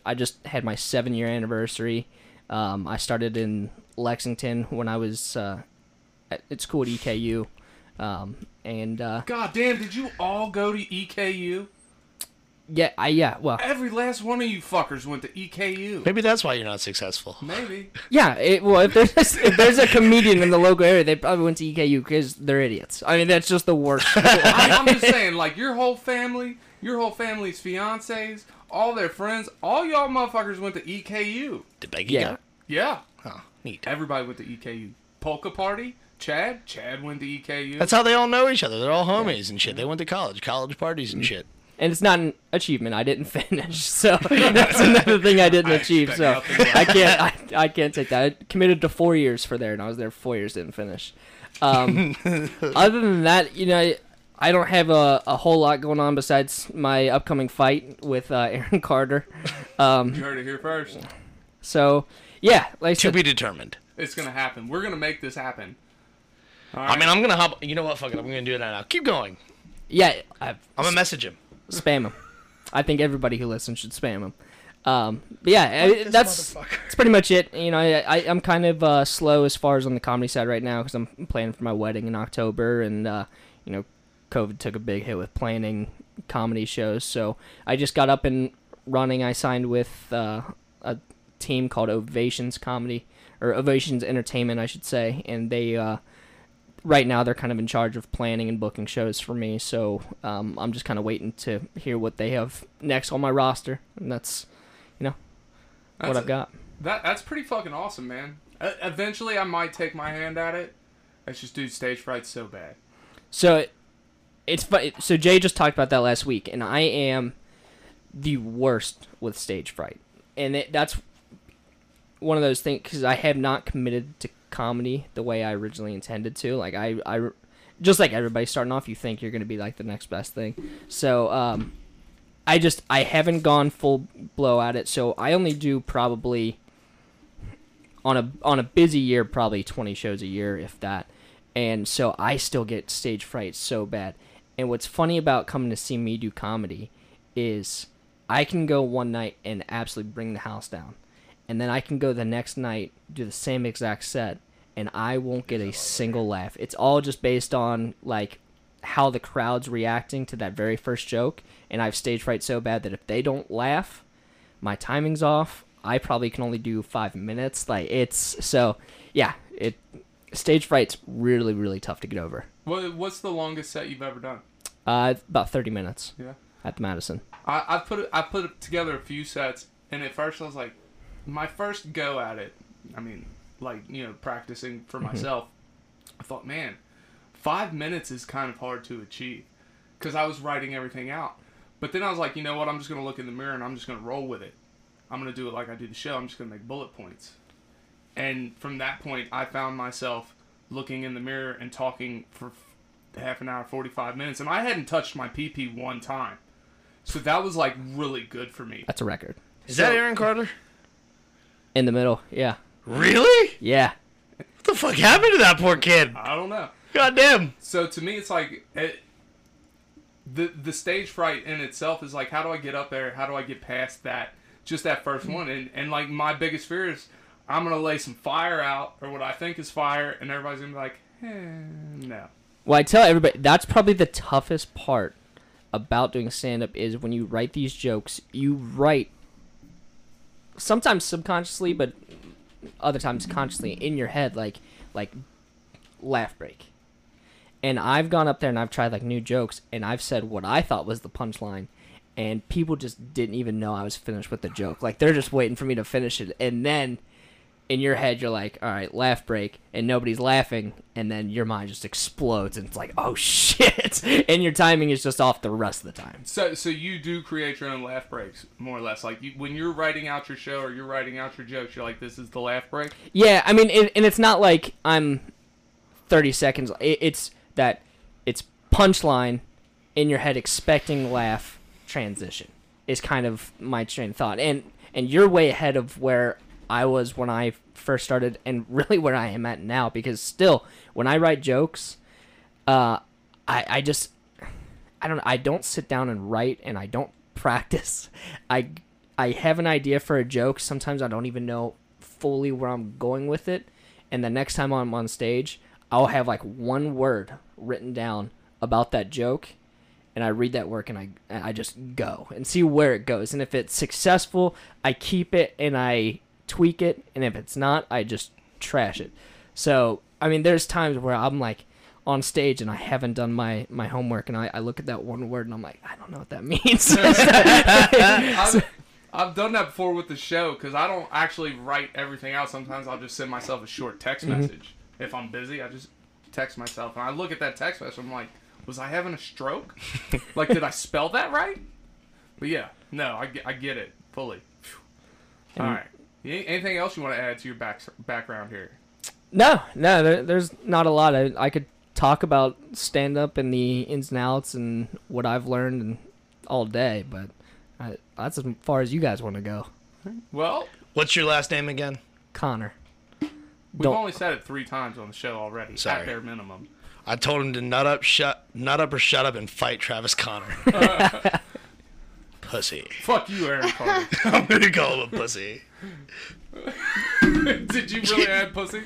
Speaker 4: I just had my seven year anniversary. Um, I started in Lexington when I was uh, at, at school at EKU, um, and uh,
Speaker 1: God damn, did you all go to EKU?
Speaker 4: yeah, I yeah, well,
Speaker 1: Every last one of you fuckers went to EKU.
Speaker 2: Maybe that's why you're not successful.
Speaker 1: Maybe.
Speaker 4: Yeah, it, well, if there's if there's a comedian in the local area, they probably went to E EKU because they're idiots. I mean, that's just the worst.
Speaker 1: I, I'm just saying, like your whole family, your whole family's fiancés, all their friends, all y'all motherfuckers went to E EKU.
Speaker 2: Did Becky
Speaker 4: Yeah.
Speaker 2: get it?
Speaker 1: Yeah,
Speaker 2: Oh, neat.
Speaker 1: everybody went to EKU. Polka party, Chad, Chad went to E EKU.
Speaker 2: That's how they all know each other. They're all homies and shit. They went to college, college parties and shit.
Speaker 4: and it's not an achievement. I didn't finish, so that's another thing I didn't
Speaker 1: I
Speaker 4: achieve.
Speaker 1: expect
Speaker 4: So
Speaker 1: nothing less.
Speaker 4: I can't I, I can't take that. I committed to four years for there, and I was there four years, didn't finish. Um, other than that, you know, I- I don't have a, a whole lot going on besides my upcoming fight with uh, Aaron Carter. Um,
Speaker 1: you heard it here first.
Speaker 4: so yeah, like I
Speaker 2: To
Speaker 4: said,
Speaker 2: be determined.
Speaker 1: It's gonna happen. We're gonna make this happen. All
Speaker 2: I mean, I'm gonna hop. You know what? Fuck it. I'm gonna do it now. Keep going.
Speaker 4: yeah, I've
Speaker 2: I'm gonna message him.
Speaker 4: spam him. I think everybody who listens should spam him. Um, but yeah, I, that's that's pretty much it. You know, I, I I'm kind of uh, slow as far as on the comedy side right now because I'm planning for my wedding in October, and uh, you know, COVID took a big hit with planning comedy shows. So I just got up and running. I signed with uh, a team called Ovations Comedy or Ovations Entertainment, I should say, and they. Uh, right now they're kind of in charge of planning and booking shows for me so um, i'm just kind of waiting to hear what they have next on my roster and that's you know what
Speaker 1: That's
Speaker 4: i've
Speaker 1: it.
Speaker 4: got
Speaker 1: That that's pretty fucking awesome, man. Uh, eventually, I might take my hand at it. It's just, dude, stage fright's so bad.
Speaker 4: so it, it's funny so jay just talked about that last week and i am the worst with stage fright and it, that's one of those things because i have not committed to comedy the way i originally intended to like i, I just like everybody starting off you think you're going to be like the next best thing so um, i just i haven't gone full blow at it so i only do probably on a on a busy year probably 20 shows a year if that and so i still get stage fright so bad and what's funny about coming to see me do comedy is i can go one night and absolutely bring the house down and then i can go the next night do the same exact set and i won't get a single laugh it's all just based on like how the crowd's reacting to that very first joke and i've stage fright so bad that if they don't laugh my timing's off. I probably can only do five minutes. Like it's so, yeah. It stage fright's really really tough to get over.
Speaker 1: What what's the longest set you've ever done?
Speaker 4: Uh, about thirty minutes
Speaker 1: Yeah.
Speaker 4: at the Madison.
Speaker 1: I, I put I put together a few sets, and at first I was like, my first go at it. I mean, like you know, practicing for myself. I thought, man, five minutes is kind of hard to achieve, because I was writing everything out. But then I was like, you know what? I'm just gonna look in the mirror and I'm just gonna roll with it. I'm gonna do it like I do the show. I'm just gonna make bullet points. And from that point, I found myself looking in the mirror and talking for f- half an hour, 45 minutes, and I hadn't touched my PP one time. So that was like really good for me.
Speaker 4: That's a record.
Speaker 2: Is that Aaron Carter?
Speaker 4: In the middle. Yeah.
Speaker 2: Really?
Speaker 4: Yeah.
Speaker 2: What the fuck happened to that poor kid?
Speaker 1: I don't know.
Speaker 2: Goddamn.
Speaker 1: So to me, it's like it, the the stage fright in itself is like, how do I get up there? How do I get past that? Just that first one, and and like my biggest fear is I'm gonna lay some fire out or what I think is fire, and everybody's gonna be like, eh, no.
Speaker 4: Well, I tell everybody that's probably the toughest part about doing stand up is when you write these jokes, you write sometimes subconsciously, but other times consciously in your head, like like laugh break. And I've gone up there and I've tried like new jokes and I've said what I thought was the punchline and people just didn't even know I was finished with the joke. Like they're just waiting for me to finish it and then in your head you're like, all right, laugh break, and nobody's laughing, and then your mind just explodes, and it's like, oh shit, and your timing is just off the rest of the time.
Speaker 1: So, so you do create your own laugh breaks, more or less. Like you, when you're writing out your show or you're writing out your jokes, you're like, "This is the laugh break."
Speaker 4: Yeah, I mean, it, and it's not like I'm 30 seconds. It, it's that it's punchline in your head, expecting laugh transition is kind of my train of thought, and and you're way ahead of where I was when I first started, and really where I am at now. Because still, when I write jokes, uh, I I just I don't I don't sit down and write and I don't practice. I I have an idea for a joke. Sometimes I don't even know fully where I'm going with it. And the next time I'm on stage, I'll have like one word written down about that joke and I read that work and I and I just go and see where it goes. And if it's successful, I keep it and I tweak it, and if it's not, I just trash it. So I mean, there's times where I'm like on stage and I haven't done my my homework, and I, I look at that one word and I'm like, I don't know what that means.
Speaker 1: I've, I've done that before with the show because I don't actually write everything out. Sometimes I'll just send myself a short text message. If I'm busy, I just text myself, and I look at that text message. I'm like, "Was I having a stroke? like, did I spell that right?" But yeah, no, I get, I get it fully. Phew. All right. Any- Anything else you want to add to your back, background here?
Speaker 4: No, no, there, there's not a lot. I, I could talk about stand up and the ins and outs and what I've learned and all day, but I, that's as far as you guys want to go.
Speaker 1: Well,
Speaker 2: What's your last name again?
Speaker 4: Connor.
Speaker 1: we've
Speaker 4: Don't-
Speaker 1: only said it three times on the show already,
Speaker 2: Sorry.
Speaker 1: at bare minimum.
Speaker 2: I told him to nut up, shut, nut up or shut up and fight Travis Connor. pussy.
Speaker 1: Fuck you, Aaron Carter.
Speaker 2: I'm gonna call him a pussy.
Speaker 1: Did you really add pussy?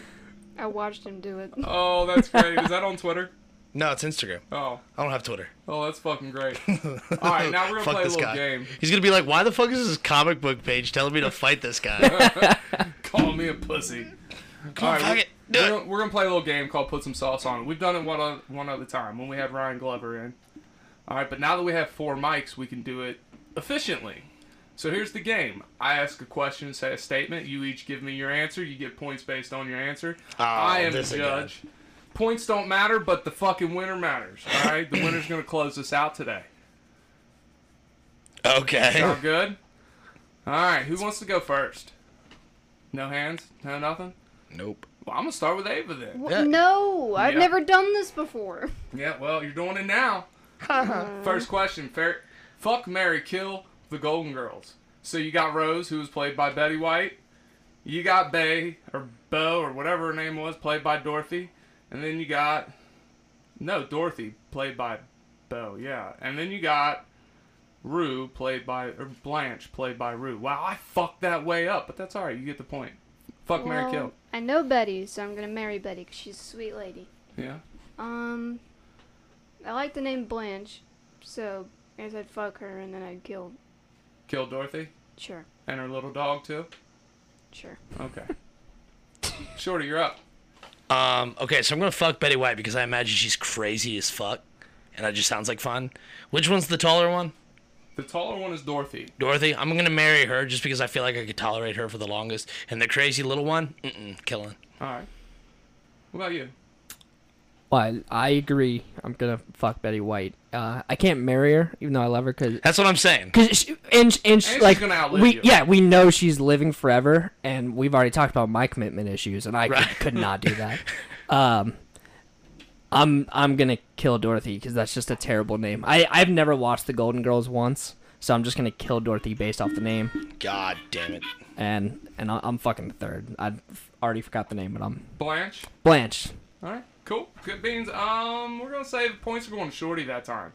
Speaker 3: I watched him do it.
Speaker 1: Oh, that's great. Is that on Twitter?
Speaker 2: No, it's Instagram.
Speaker 1: Oh,
Speaker 2: I don't have Twitter.
Speaker 1: oh, that's fucking great. All right, now we're gonna
Speaker 2: fuck
Speaker 1: play a
Speaker 2: this
Speaker 1: little
Speaker 2: guy.
Speaker 1: game.
Speaker 2: He's gonna be like, why the fuck is this comic book page telling me to fight this guy?
Speaker 1: Call me a pussy.
Speaker 2: Come on,
Speaker 1: All
Speaker 2: fuck
Speaker 1: right,
Speaker 2: it. Do
Speaker 1: we're,
Speaker 2: it.
Speaker 1: gonna, we're gonna play a little game called Put Some Sauce On. It. We've done it one o- one other time when we had Ryan Glover in. All right, but now that we have four mics, we can do it efficiently. So here's the game. I ask a question, say a statement. You each give me your answer. You get points based on your answer. I am the
Speaker 2: Oh, this again.
Speaker 1: judge. Points don't matter, but the fucking winner matters. All right, the winner's gonna close us out today.
Speaker 2: Okay.
Speaker 1: Sound good? All right, who wants to go first? No hands, no nothing.
Speaker 2: Nope.
Speaker 1: Well, I'm gonna start with Ava then.
Speaker 3: Wha-
Speaker 2: Yeah.
Speaker 3: No, I've
Speaker 1: Yeah.
Speaker 3: never done this before.
Speaker 1: Yeah, well, you're doing it now. First question: fair, Fuck Mary, kill the Golden Girls. So you got Rose, who was played by Betty White. You got Bay or Bo or whatever her name was, played by Dorothy, and then you got no Dorothy, played by Bo. Yeah, and then you got Rue, played by or Blanche, played by Rue. Wow, I fucked that way up, but that's all right. You get the point. Fuck Mary, kill.
Speaker 3: Well, Um, I know Betty, so I'm gonna marry Betty 'cause she's a sweet lady.
Speaker 1: Yeah.
Speaker 3: Um, I like the name Blanche, so I guess I'd fuck her and then I'd kill.
Speaker 1: Kill Dorothy
Speaker 3: Sure,
Speaker 1: and her little dog too.
Speaker 3: sure.
Speaker 1: Okay. Shorty, you're up.
Speaker 2: Um, okay, so I'm gonna fuck Betty White because I imagine she's crazy as fuck, and that just sounds like fun. Which one's the taller one?
Speaker 1: The taller one is Dorothy.
Speaker 2: Dorothy. I'm gonna marry her just because I feel like I could tolerate her for the longest. And the crazy little one, mm-mm, killing.
Speaker 1: All right. What about you?
Speaker 4: Well, I, I agree. I'm gonna fuck Betty White. Uh, I can't marry her, even though I love her, cause,
Speaker 2: That's what I'm saying.
Speaker 4: 'cause she, and sh- and, sh-
Speaker 1: she's
Speaker 4: like
Speaker 1: gonna outlive
Speaker 4: we
Speaker 1: you.
Speaker 4: yeah we know she's living forever, and we've already talked about my commitment issues, and I could-
Speaker 2: Right.
Speaker 4: could, not do that. um, I'm I'm gonna kill Dorothy because that's just a terrible name. I I've never watched The Golden Girls once, so I'm just gonna kill Dorothy based off the name,
Speaker 2: God damn it.
Speaker 4: and and I- I'm fucking the third. I already forgot the name, but I'm
Speaker 1: Blanche.
Speaker 4: Blanche.
Speaker 1: All right. Cool. Good beans. Um, we're gonna say the points are going to Shorty that time.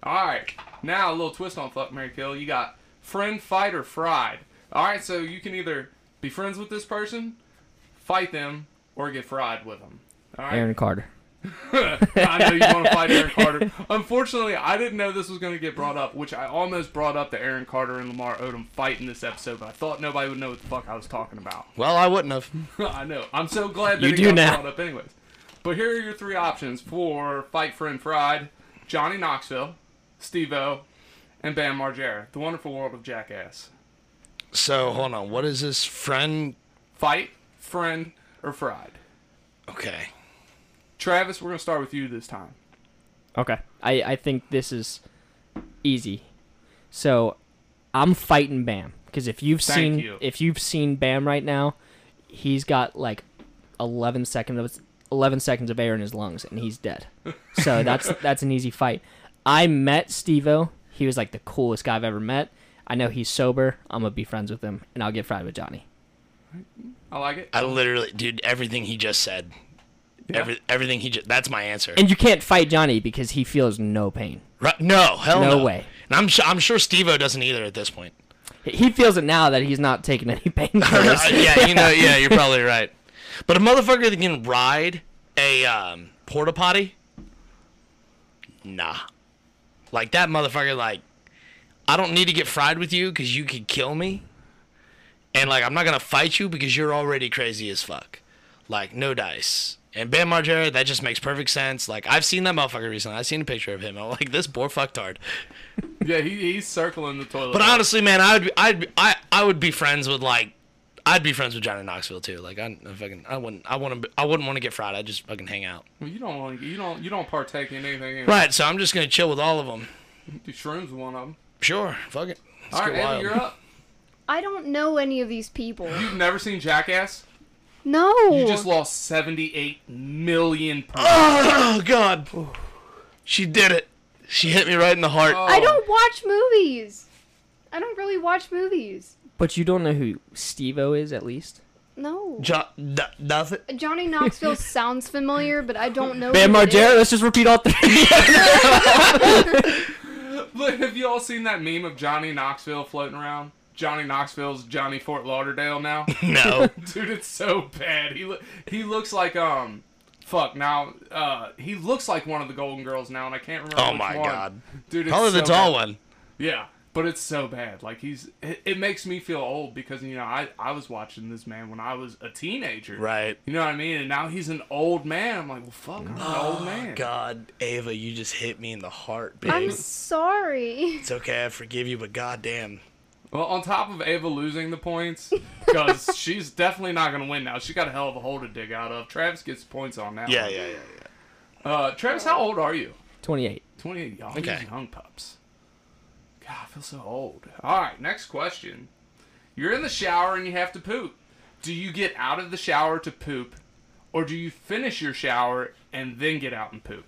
Speaker 1: All right. Now a little twist on fuck Mary Kill. You got friend, fight, or fried. All right. So you can either be friends with this person, fight them, or get fried with them. All right.
Speaker 4: Aaron Carter.
Speaker 1: I know you want to fight Aaron Carter. Unfortunately, I didn't know this was going to get brought up, which I almost brought up the Aaron Carter and Lamar Odom fight in this episode, but I thought nobody would know what the fuck I was talking about.
Speaker 2: Well, I wouldn't have.
Speaker 1: I know. I'm so glad that
Speaker 4: You
Speaker 1: it
Speaker 4: do
Speaker 1: got
Speaker 4: now.
Speaker 1: brought up anyways. But here are your three options for Fight Friend Fried, Johnny Knoxville, Steve-O, and Bam Margera. The Wonderful World of Jackass.
Speaker 2: So hold on. What is this friend?
Speaker 1: Fight, Friend, or Fried.
Speaker 2: Okay.
Speaker 1: Travis, we're going to start with you this time.
Speaker 4: Okay. I, I think this is easy. So I'm fighting Bam because if you've
Speaker 1: Thank
Speaker 4: seen
Speaker 1: you.
Speaker 4: if you've seen Bam right now, he's got like 11 seconds of 11 seconds of air in his lungs and he's dead. So that's that's an easy fight. I met Stevo. He was like the coolest guy I've ever met. I know he's sober. I'm gonna be friends with him and I'll get fried with Johnny.
Speaker 1: I like it.
Speaker 2: I literally, dude, everything he just said. Every, everything he just, that's my answer.
Speaker 4: And you can't fight Johnny because he feels no pain.
Speaker 2: Right, no, hell no.
Speaker 4: No way.
Speaker 2: And I'm, su- I'm sure Steve-O doesn't either at this point.
Speaker 4: He feels it now that he's not taking any pain.
Speaker 2: yeah, you know, yeah, you're probably right. But a motherfucker that can ride a um, porta potty, nah. Like that motherfucker, like I don't need to get fried with you because you could kill me, and like I'm not gonna fight you because you're already crazy as fuck. Like no dice. And Bam Margera, that just makes perfect sense. Like I've seen that motherfucker recently. I've seen a picture of him. I'm like this poor fucktard.
Speaker 1: Yeah, he, he's circling the toilet.
Speaker 2: But honestly, man, I would, be- I'd, be- I, I would be friends with like, I'd be friends with Johnny Knoxville too. Like, I, I fucking, I wouldn't, I wouldn't, I wouldn't want to get fried. I'd just fucking hang out.
Speaker 1: Well, you don't want you don't you don't partake in anything. Right.
Speaker 2: Right. So I'm just gonna chill with all of them.
Speaker 1: Do shrooms one of them.
Speaker 2: Sure. Fuck it. Let's
Speaker 1: All right,
Speaker 2: get
Speaker 1: Andy,
Speaker 2: wild.
Speaker 1: you're up.
Speaker 3: I don't know any of these people.
Speaker 1: You've never seen Jackass?
Speaker 3: No.
Speaker 1: You just lost 78 million pounds.
Speaker 2: Oh God. She did it. She hit me right in the heart.
Speaker 3: I don't watch movies. I don't really watch movies.
Speaker 4: But you don't know who Stevo is, at least.
Speaker 3: No.
Speaker 2: Jo- d- nothing.
Speaker 3: Johnny Knoxville sounds familiar, but I don't know.
Speaker 4: Bam
Speaker 3: who it
Speaker 4: Margera.
Speaker 3: is.
Speaker 4: Let's just repeat all three.
Speaker 1: Look, have you all seen that meme of Johnny Knoxville floating around? Johnny Knoxville's Johnny Fort Lauderdale now.
Speaker 2: No.
Speaker 1: Dude, it's so bad. He lo- he looks like um, fuck. Now uh, he looks like one of the Golden Girls now, and I can't remember.
Speaker 2: Oh
Speaker 1: which
Speaker 2: my
Speaker 1: one.
Speaker 2: God.
Speaker 1: dude, it's
Speaker 2: Probably the
Speaker 1: so
Speaker 2: tall
Speaker 1: bad.
Speaker 2: one.
Speaker 1: Yeah, but it's so bad. Like he's it, it makes me feel old because you know I I was watching this man when I was a teenager.
Speaker 2: Right.
Speaker 1: You know what I mean? And now he's an old man. I'm like, well, fuck, I'm an old man.
Speaker 2: Oh, God, Ava, you just hit me in the heart, babe.
Speaker 3: I'm sorry.
Speaker 2: it's okay. I forgive you, but goddamn.
Speaker 1: Well, on top of Ava losing the points, because she's definitely not going to win now. She got a hell of a hole to dig out of. Travis gets points on that.
Speaker 2: Yeah,
Speaker 1: one.
Speaker 2: yeah, yeah, yeah.
Speaker 1: Uh, Travis, how old are you?
Speaker 4: 28.
Speaker 1: 28. Y'all
Speaker 2: Okay.
Speaker 1: these young pups. God, I feel so old. All right, next question. You're in the shower and you have to poop. Do you get out of the shower to poop, or do you finish your shower and then get out and poop?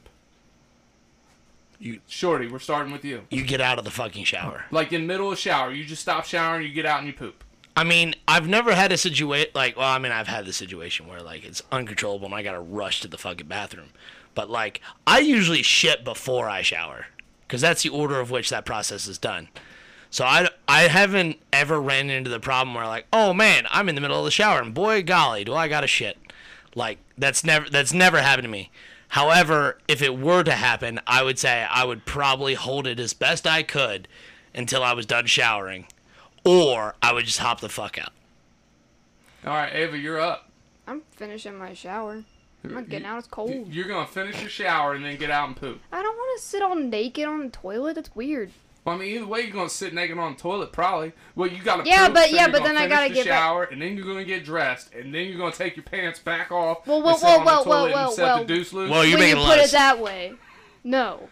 Speaker 2: You-
Speaker 1: Shorty, we're starting with you.
Speaker 2: You get out of the fucking shower.
Speaker 1: Like in middle of shower, you just stop showering, you get out and you poop.
Speaker 2: I mean, I've never had a situation like. Well, I mean, I've had the situation where like it's uncontrollable and I gotta rush to the fucking bathroom. But like, I usually shit before I shower because that's the order of which that process is done. So I I haven't ever ran into the problem where like, oh man, I'm in the middle of the shower and boy golly, do I gotta shit. Like that's never that's never happened to me. However, if it were to happen, I would say I would probably hold it as best I could until I was done showering or I would just hop the fuck out.
Speaker 1: All right, Ava, you're up.
Speaker 3: I'm finishing my shower. I'm not getting out. It's
Speaker 1: Y-
Speaker 3: cold.
Speaker 1: You're gonna finish your shower and then get out and poop.
Speaker 3: I don't want to sit all naked on the toilet. That's weird.
Speaker 1: Well, I mean, either way, you're gonna sit naked on the toilet, probably. Well, you gotta.
Speaker 3: Yeah,
Speaker 1: poop,
Speaker 3: but-
Speaker 1: so
Speaker 3: yeah,
Speaker 1: you're
Speaker 3: but
Speaker 1: gonna
Speaker 3: then I
Speaker 1: finish
Speaker 3: gotta
Speaker 1: the
Speaker 3: get back-
Speaker 1: shower, and then you're gonna get dressed, and then you're gonna take your pants back off.
Speaker 3: Well, well,
Speaker 1: and sit
Speaker 3: well,
Speaker 1: on
Speaker 3: well,
Speaker 1: the
Speaker 3: well,
Speaker 1: toilet
Speaker 3: well,
Speaker 1: and set
Speaker 3: well.
Speaker 1: the deuce loose.
Speaker 2: Well, Oh, you're
Speaker 3: when you
Speaker 2: making
Speaker 3: put
Speaker 2: less.
Speaker 3: it that way, no.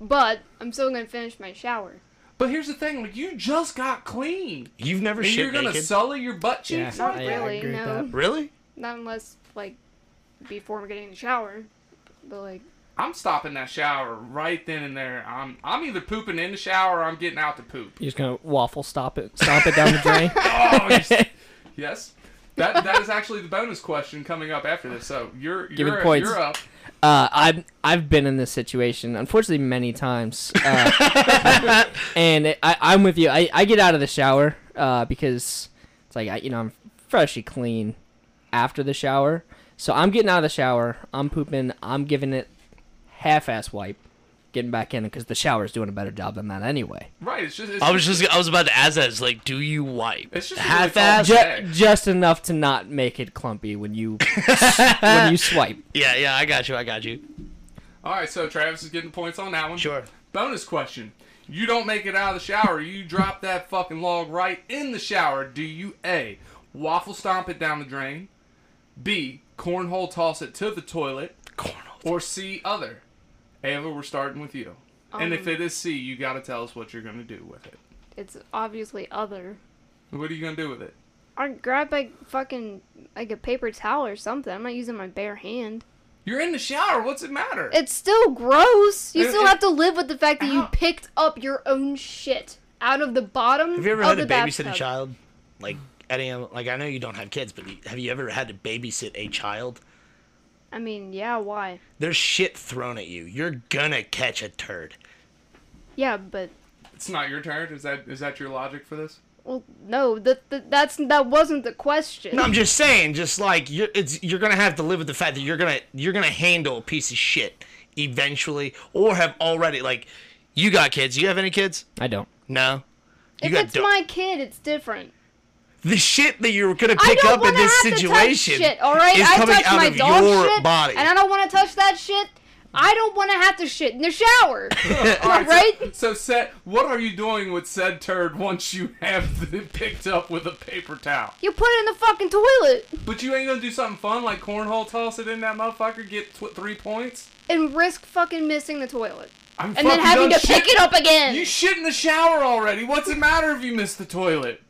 Speaker 3: But I'm still gonna finish my shower.
Speaker 1: but here's the thing: like, you just got clean,
Speaker 2: You've never
Speaker 1: and
Speaker 2: shit
Speaker 1: you're gonna
Speaker 2: naked.
Speaker 1: sully your butt cheeks.
Speaker 3: Not really.
Speaker 4: agree with
Speaker 3: No,
Speaker 4: that.
Speaker 2: really?
Speaker 3: not unless like before I'm getting in the shower. But like,
Speaker 1: I'm stopping that shower right then and there. I'm I'm either pooping in the shower or I'm getting out to poop.
Speaker 4: You're just going to waffle stop it, stomp it down the drain.
Speaker 1: Oh, you- yes. That, that is actually the bonus question coming up after this. So you're
Speaker 4: Give me
Speaker 1: you're,
Speaker 4: the points.
Speaker 1: you're up.
Speaker 4: Uh, I've, I've been in this situation, unfortunately, many times. Uh, and it, I, I'm with you. I, I get out of the shower uh, because it's like, I, you know, I'm freshly clean after the shower. So I'm getting out of the shower. I'm pooping. I'm giving it half-ass wipe. Getting back in because the shower's doing a better job than that anyway.
Speaker 1: Right. It's just. It's
Speaker 2: I was just I was about to ask that. It's like, do you wipe?
Speaker 1: It's just oh, really
Speaker 2: half ass.
Speaker 1: called-
Speaker 4: Ju-
Speaker 1: Okay.
Speaker 4: just enough to not make it clumpy when you when you swipe.
Speaker 2: Yeah, yeah. I got you. I got you.
Speaker 1: All right. So Travis is getting points on that one.
Speaker 2: Sure.
Speaker 1: Bonus question. You don't make it out of the shower. You drop that fucking log right in the shower. Do you A, waffle stomp it down the drain? B, cornhole toss it to the toilet?
Speaker 2: Cornhole.
Speaker 1: Or C, other? Ava, we're starting with you. and if it is C, you got to tell us what you're going to do with it.
Speaker 3: It's obviously other.
Speaker 1: What are you going to do with it?
Speaker 3: I grab like fucking like a paper towel or something. I'm not using my bare hand.
Speaker 1: You're in the shower. What's it matter?
Speaker 3: It's still gross. You
Speaker 1: It-
Speaker 3: still
Speaker 1: it-
Speaker 3: have to live with the fact that you
Speaker 1: Ow.
Speaker 3: picked up your own shit out of the bottom.
Speaker 2: Have you ever
Speaker 3: of
Speaker 2: had
Speaker 3: Oh, the
Speaker 2: to babysit
Speaker 3: bathtub.
Speaker 2: a child? Like at any like I know you don't have kids, but have you ever had to babysit a child?
Speaker 3: I mean, yeah. Why?
Speaker 2: There's shit thrown at you. You're gonna catch a turd.
Speaker 3: Yeah, but
Speaker 1: it's not your turn. Is that is that your logic for this?
Speaker 3: well, no. That that that's that wasn't the question.
Speaker 2: No, I'm just saying, just like you're, it's, you're gonna have to live with the fact that you're gonna you're gonna handle a piece of shit eventually, or have already. Like, you got kids? You have any kids?
Speaker 4: I don't.
Speaker 2: No. You
Speaker 3: if
Speaker 2: got
Speaker 3: it's
Speaker 2: do-
Speaker 3: my kid, it's different.
Speaker 2: the shit that you're gonna
Speaker 3: I
Speaker 2: pick
Speaker 3: don't
Speaker 2: up in
Speaker 3: want to
Speaker 2: this
Speaker 3: have
Speaker 2: situation
Speaker 3: to touch shit. All right,
Speaker 2: is
Speaker 3: I
Speaker 2: coming
Speaker 3: touch
Speaker 2: out
Speaker 3: my
Speaker 2: of
Speaker 3: dog
Speaker 2: your
Speaker 3: shit,
Speaker 2: body.
Speaker 3: and I don't want to touch that shit. I don't want to have to shit in the shower.
Speaker 1: All
Speaker 3: Right?
Speaker 1: So, so set. What are you doing with said turd once you have it picked up with a paper towel?
Speaker 3: you put it in the fucking toilet
Speaker 1: But you ain't gonna do something fun like cornhole toss it in that motherfucker, get tw- three points.
Speaker 3: and risk fucking missing the toilet.
Speaker 1: I'm
Speaker 3: and then having to pick it up again.
Speaker 1: You shit in the shower already. What's it matter if you miss the toilet?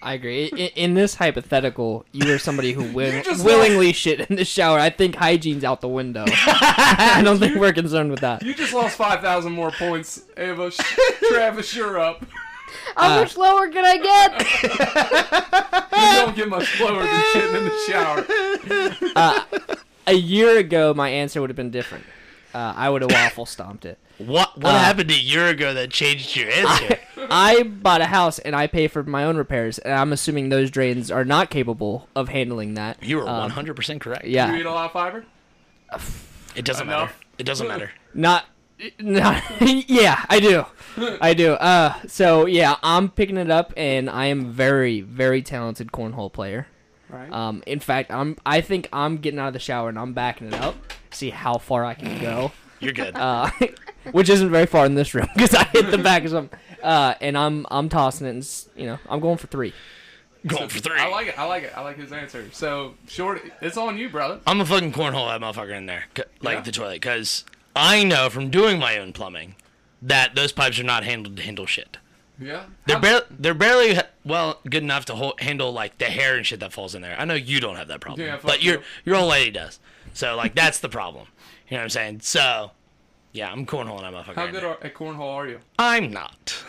Speaker 4: I agree. In, in this hypothetical, you are somebody who will,
Speaker 1: You're just
Speaker 4: willingly shit in the shower. I think hygiene's out the window. I don't think we're concerned with that.
Speaker 1: You just lost five thousand more points, Ava. Sh- Travis, you're up.
Speaker 3: How
Speaker 4: Uh,
Speaker 3: much lower can I get?
Speaker 1: You don't get much lower than shitting in the shower.
Speaker 4: A year ago, my answer would have been different. Uh, I would have waffle stomped it.
Speaker 2: What what happened a year ago that changed your answer?
Speaker 4: Uh, I bought a house and I pay for my own repairs, and I'm assuming those drains are not capable of handling that.
Speaker 2: you were
Speaker 4: Um,
Speaker 2: 100 percent correct.
Speaker 1: You eat a
Speaker 4: Yeah,
Speaker 1: lot of fiber.
Speaker 2: it doesn't matter.
Speaker 1: Enough.
Speaker 2: It doesn't matter.
Speaker 4: not, not. yeah, I do, I do. Uh, so yeah, I'm picking it up, and I am very, very talented cornhole player.
Speaker 1: Right.
Speaker 4: Um, in fact, I'm. I think I'm getting out of the shower and I'm backing it up. See how far I can go.
Speaker 2: You're good.
Speaker 4: Uh, which isn't very far in this room because I hit the back of something. Uh, and I'm I'm tossing it. And, s- you know, I'm going for three.
Speaker 2: Going for three.
Speaker 1: I like it. I like it. I like his answer. So, short. It's on you, brother.
Speaker 2: I'm a fucking cornhole that motherfucker in there, c- like
Speaker 1: Yeah.
Speaker 2: the toilet, because I know from doing my own plumbing that those pipes are not handled to handle shit.
Speaker 1: Yeah.
Speaker 2: They're barely they're barely h- well good enough to hold, handle like the hair and shit that falls in there. I know you don't have that problem,
Speaker 1: Yeah, fuck
Speaker 2: but your
Speaker 1: you.
Speaker 2: your old lady does. So like that's the problem. You know what I'm saying? So yeah, I'm cornholing that motherfucker.
Speaker 1: How
Speaker 2: in
Speaker 1: good
Speaker 2: there.
Speaker 1: are, at cornhole are you?
Speaker 2: I'm not.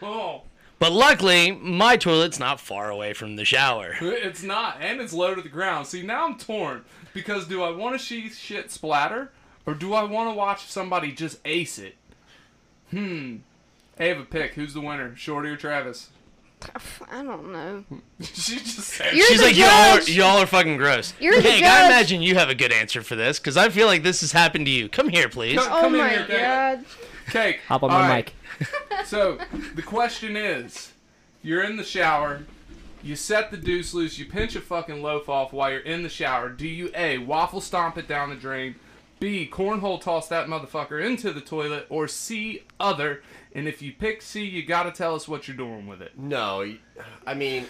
Speaker 1: Oh,
Speaker 2: But luckily, my toilet's not far away from the shower.
Speaker 1: it's not, and it's low to the ground. See, now I'm torn because do I want to see shit splatter, or do I want to watch somebody just ace it? Hmm. I have a pick. Who's the winner, Shorty or Travis?
Speaker 3: I don't know.
Speaker 1: she just said.
Speaker 3: You're
Speaker 2: She's
Speaker 3: the
Speaker 2: like, y'all are,
Speaker 3: judge.
Speaker 2: y'all are fucking gross.
Speaker 3: You're the
Speaker 2: hey, I
Speaker 3: judge.
Speaker 2: imagine you have a good answer for this, because I feel like this has happened to you. Come here, please.
Speaker 1: No.
Speaker 3: Oh
Speaker 1: Come in
Speaker 3: my
Speaker 1: here, Dad.
Speaker 3: god.
Speaker 1: Cake.
Speaker 4: Hop on
Speaker 1: All
Speaker 4: my
Speaker 1: right.
Speaker 4: mic.
Speaker 1: So the question is, you're in the shower, you set the deuce loose, you pinch a fucking loaf off while you're in the shower. Do you a waffle stomp it down the drain, b cornhole toss that motherfucker into the toilet, or c other? And if you pick C, you gotta tell us what you're doing with it.
Speaker 5: No, y- I mean,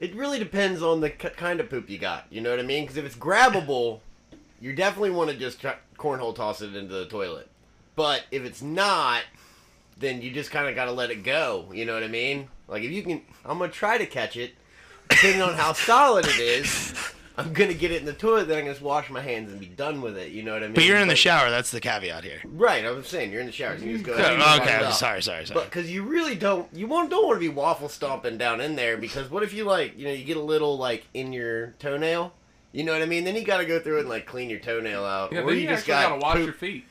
Speaker 5: it really depends on the k- kind of poop you got. You know what I mean? Because if it's grabbable, you definitely want to just try- cornhole toss it into the toilet. But if it's not, then you just kind of got to let it go. You know what I mean? Like if you can, I'm gonna try to catch it. Depending on how solid it is, I'm gonna get it in the toilet. Then I can just wash my hands and be done with it. You know what I mean?
Speaker 2: But you're in the shower. That's the caveat here.
Speaker 5: Right, I'm saying you're in the shower. So you just go. ahead and
Speaker 2: Oh,
Speaker 5: fuck
Speaker 2: okay,
Speaker 5: it
Speaker 2: I'm
Speaker 5: up.
Speaker 2: sorry, sorry, sorry.
Speaker 5: But because you really don't, you won't, don't want to be waffle stomping down in there because what if you like, you know, you get a little like in your toenail, you know what I mean? Then you got to go through it and like clean your toenail out,
Speaker 1: Yeah,
Speaker 5: or
Speaker 1: then you,
Speaker 5: you just
Speaker 1: actually
Speaker 5: got
Speaker 1: gotta wash
Speaker 5: poop-
Speaker 1: your feet.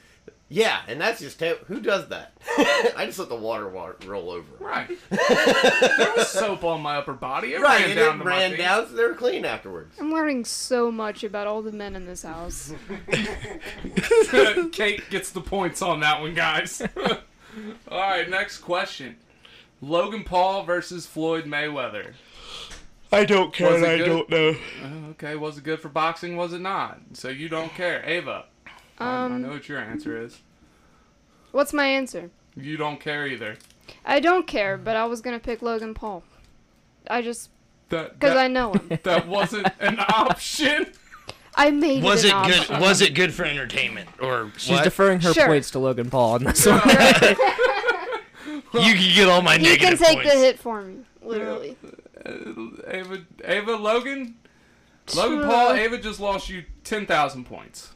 Speaker 5: Yeah, and that's just ter- who does that? I just let the water wa- roll over.
Speaker 1: Right. there was soap on my upper body. It
Speaker 5: Right,
Speaker 1: ran
Speaker 5: and
Speaker 1: down
Speaker 5: it
Speaker 1: to my
Speaker 5: ran
Speaker 1: feet.
Speaker 5: down, so they were clean afterwards.
Speaker 3: I'm learning so much about all the men in this house.
Speaker 1: Kate gets the points on that one, guys. All right, next question. Logan Paul versus Floyd Mayweather.
Speaker 2: I don't care.
Speaker 1: Was it
Speaker 2: I
Speaker 1: good?
Speaker 2: don't know.
Speaker 1: Okay, was it good for boxing? Was it not? So you don't care, Ava. I-
Speaker 3: Um,
Speaker 1: I know what your answer is.
Speaker 3: What's my answer?
Speaker 1: You don't care either.
Speaker 3: I don't care, but I was gonna pick Logan Paul. I just
Speaker 1: That
Speaker 3: because
Speaker 1: that,
Speaker 3: I know him.
Speaker 1: that wasn't an option.
Speaker 3: I made
Speaker 2: Was
Speaker 3: it
Speaker 2: it
Speaker 3: an option.
Speaker 2: good? Was it good for entertainment or
Speaker 4: She's
Speaker 2: what?
Speaker 4: deferring her
Speaker 3: Sure.
Speaker 4: points to Logan Paul on this one.
Speaker 2: you can get all my
Speaker 3: You can
Speaker 2: negative
Speaker 3: take
Speaker 2: points.
Speaker 3: the hit for me, literally.
Speaker 1: Ava, Ava, Logan, Logan Paul, Ava just lost you ten thousand points.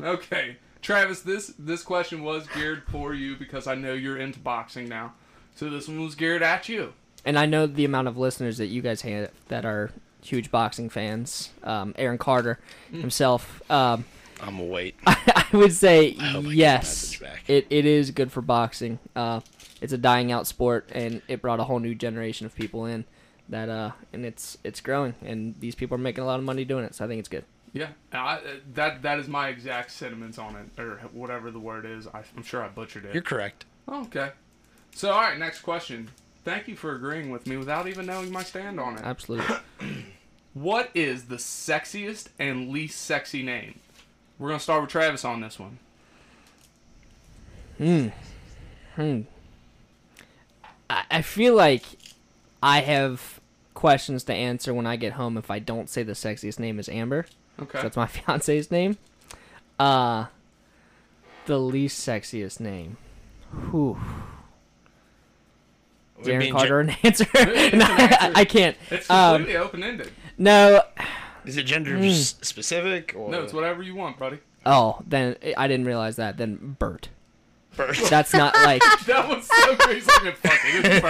Speaker 1: Okay, Travis, this this question was geared for you because I know you're into boxing now, so this one was geared at you.
Speaker 4: and I know the amount of listeners that you guys have that are huge boxing fans. Um, Aaron Carter
Speaker 2: Mm.
Speaker 4: himself. Um,
Speaker 2: I'm gonna wait.
Speaker 4: I would say
Speaker 2: hope I get
Speaker 4: yes.
Speaker 2: the message back.
Speaker 4: It it is good for boxing. Uh, it's a dying out sport, and it brought a whole new generation of people in. That uh, and it's it's growing, and these people are making a lot of money doing it. So I think it's good.
Speaker 1: Yeah, I, that that is my exact sentiments on it, or whatever the word is. I, I'm sure I butchered it.
Speaker 2: You're correct.
Speaker 1: okay. So all right, next question. Thank you for agreeing with me without even knowing my stand on it.
Speaker 4: Absolutely.
Speaker 1: What is the sexiest and least sexy name? We're gonna start with Travis on this one.
Speaker 4: I, I feel like I have questions to answer when I get home if I don't say the sexiest name is Amber.
Speaker 1: Okay.
Speaker 4: So that's my fiance's name. Uh the least sexiest name. Whew.
Speaker 2: Would
Speaker 4: Is
Speaker 2: be
Speaker 4: Aaron
Speaker 2: in
Speaker 4: Carter
Speaker 2: gen-
Speaker 4: an answer?
Speaker 1: an
Speaker 4: No,
Speaker 1: answer.
Speaker 4: I can't.
Speaker 1: It's
Speaker 4: Um,
Speaker 1: completely open ended.
Speaker 4: no.
Speaker 2: is it gender
Speaker 3: Mm.
Speaker 2: s- specific or
Speaker 1: No, it's whatever you want, buddy.
Speaker 4: Oh, then I didn't realize that. Then Bert.
Speaker 2: First.
Speaker 4: That's not like.
Speaker 1: That one's so crazy. Like, fuck it, it's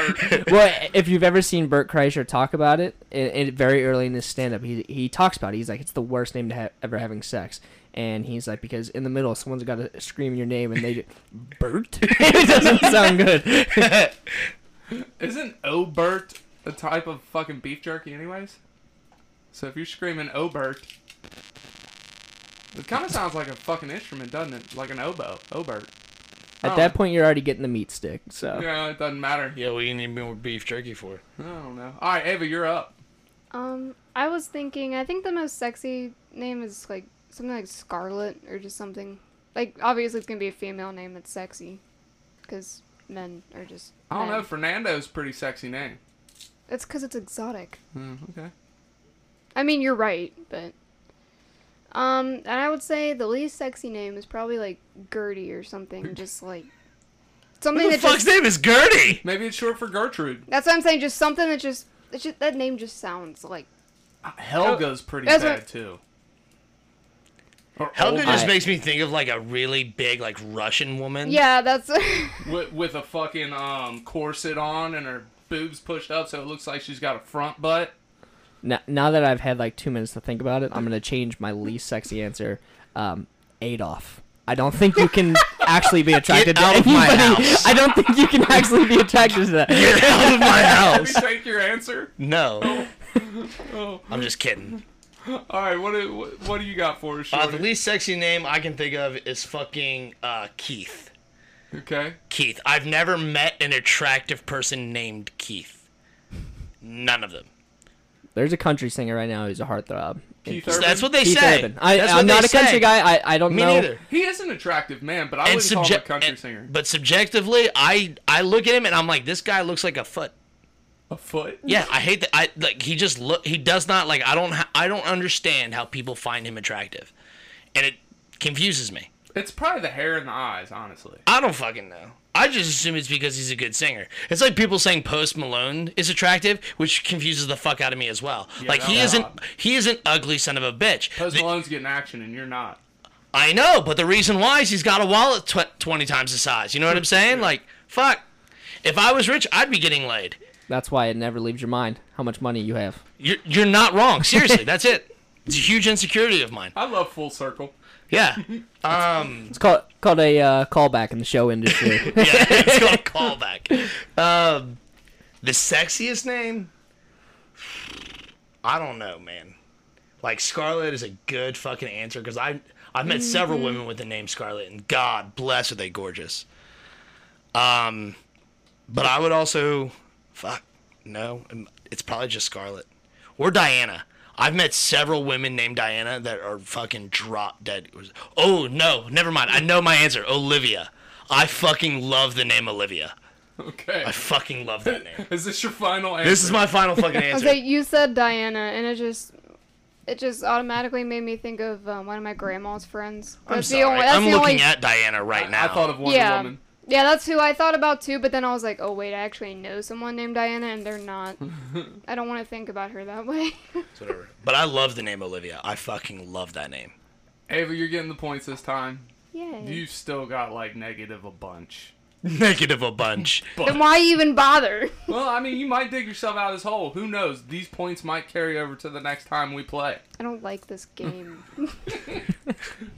Speaker 1: Bert.
Speaker 4: well, if you've ever seen Bert Kreischer talk about it, in, in very early in his stand-up, he he talks about it. He's like, it's the worst name to ha- ever having sex, and he's like, because in the middle, someone's got to scream your name, and they just, Bert. it doesn't sound good.
Speaker 1: Isn't Obert a type of fucking beef jerky, anyways? So if you're screaming Obert, it kind of sounds like a fucking instrument, doesn't it? Like an oboe. Obert.
Speaker 4: At that point, you're already getting the meat stick. So
Speaker 1: Yeah, it doesn't matter.
Speaker 2: yeah, what do you need more beef jerky for?
Speaker 1: I don't know. All right, Ava, you're up.
Speaker 3: Um, I was thinking. I think the most sexy name is like something like Scarlet or just something. Like obviously it's gonna be a female name that's sexy, because men are just.
Speaker 1: I don't
Speaker 3: men.
Speaker 1: know. Fernando's a pretty sexy name.
Speaker 3: It's because it's exotic.
Speaker 1: Hmm, okay.
Speaker 3: I mean, you're right, but. Um, and I would say the least sexy name is probably like Gertie or something, just like something
Speaker 2: Who the
Speaker 3: that
Speaker 2: fuck's
Speaker 3: just.
Speaker 2: name is Gertie?
Speaker 1: Maybe it's short for Gertrude.
Speaker 3: That's what I'm saying. Just something that just, that just that name just sounds like
Speaker 1: Uh, Helga's pretty
Speaker 3: That's
Speaker 1: bad
Speaker 3: what-
Speaker 1: too. Or
Speaker 2: Helga
Speaker 3: Oh,
Speaker 1: Olga.
Speaker 2: just
Speaker 4: I-
Speaker 2: makes me think of like a really big like Russian woman.
Speaker 3: yeah. That's
Speaker 1: with, with a fucking um, corset on and her boobs pushed up so it looks like she's got a front butt.
Speaker 4: now, now that I've had like two minutes to think about it, I'm gonna change my least sexy answer. Um, Adolf. I don't think you can actually be attracted
Speaker 2: out
Speaker 4: to
Speaker 2: of my
Speaker 4: anybody.
Speaker 2: house.
Speaker 4: I don't think you can actually be attracted to that.
Speaker 2: Get out of my
Speaker 1: Let me
Speaker 2: house.
Speaker 1: take your answer.
Speaker 2: No,
Speaker 1: Oh.
Speaker 2: I'm just kidding.
Speaker 1: All right, what do, what, what do you got for us,
Speaker 2: Uh, the
Speaker 1: Shorty?
Speaker 2: least sexy name I can think of is fucking uh, Keith.
Speaker 1: okay.
Speaker 2: Keith. I've never met an attractive person named Keith. None of them.
Speaker 4: There's a country singer right now who's a heartthrob.
Speaker 1: Keith
Speaker 2: So
Speaker 1: Urban.
Speaker 2: that's what they
Speaker 4: Keith
Speaker 2: say.
Speaker 4: Urban. I,
Speaker 2: That's
Speaker 4: I'm
Speaker 2: what
Speaker 4: not
Speaker 2: they
Speaker 4: a country
Speaker 2: say.
Speaker 4: guy. I, I don't
Speaker 2: Me
Speaker 4: know.
Speaker 2: neither.
Speaker 1: he is an attractive man, but I
Speaker 2: And
Speaker 1: wouldn't call him a
Speaker 2: subject,
Speaker 1: country singer.
Speaker 2: but subjectively, I I look at him and I'm like, this guy looks like a foot.
Speaker 1: A foot?
Speaker 2: Yeah, I hate that. I like he just look. He does not like. I don't. Ha- I don't understand how people find him attractive, and it confuses me.
Speaker 1: It's probably the hair and the eyes, honestly.
Speaker 2: I don't fucking know. I just assume it's because he's a good singer. It's like people saying Post Malone is attractive, which confuses the fuck out of me as well. like
Speaker 1: that
Speaker 2: he
Speaker 1: was
Speaker 2: isn't.
Speaker 1: odd.
Speaker 2: He is an ugly son of a bitch.
Speaker 1: Post
Speaker 2: The-
Speaker 1: Malone's getting action, and you're not.
Speaker 2: I know, but the reason why is he's got a wallet tw- twenty times the size. You know what I'm saying? Like fuck. If I was rich, I'd be getting laid.
Speaker 4: That's why it never leaves your mind how much money you have.
Speaker 1: Uh,
Speaker 2: You're, you're not wrong. Seriously, that's it. It's a huge insecurity of mine.
Speaker 1: I love Full Circle.
Speaker 2: Yeah. Um,
Speaker 4: It's called called a uh, callback in the show industry.
Speaker 2: yeah, it's called a callback. Um, the sexiest name? I don't know, man. Like Scarlett is a good fucking answer because I I've met several women with the name Scarlett, and God bless are they gorgeous. Um, but I would also fuck no, it's probably just Scarlett or Diana. I've met several women named Diana that are fucking drop dead. Oh no, never mind. I know my answer. Olivia. I fucking love the name Olivia.
Speaker 1: Okay.
Speaker 2: I fucking love that name.
Speaker 1: Is this your final answer?
Speaker 2: This is my final fucking answer.
Speaker 3: Okay, you said Diana, and it just it just automatically made me think of um, one of my grandma's friends.
Speaker 2: I'm
Speaker 3: That's
Speaker 2: sorry.
Speaker 3: the only. That's
Speaker 2: I'm
Speaker 3: the
Speaker 2: looking
Speaker 3: only,
Speaker 2: at Diana right now.
Speaker 1: I thought of Wonder
Speaker 3: yeah,
Speaker 1: Woman.
Speaker 3: yeah, that's who I thought about too. But then I was like, oh wait, I actually know someone named Diana, and they're not. I don't want to think about her that way.
Speaker 2: It's whatever. But I love the name Olivia. I fucking love that name.
Speaker 1: Ava, you're getting the points this time.
Speaker 3: Yay.
Speaker 1: You've still got like negative a bunch.
Speaker 2: Negative a bunch.
Speaker 3: then why even bother?
Speaker 1: Well, I mean, you might dig yourself out of this hole. Who knows? These points might carry over to the next time we play.
Speaker 3: I don't like this game.
Speaker 1: All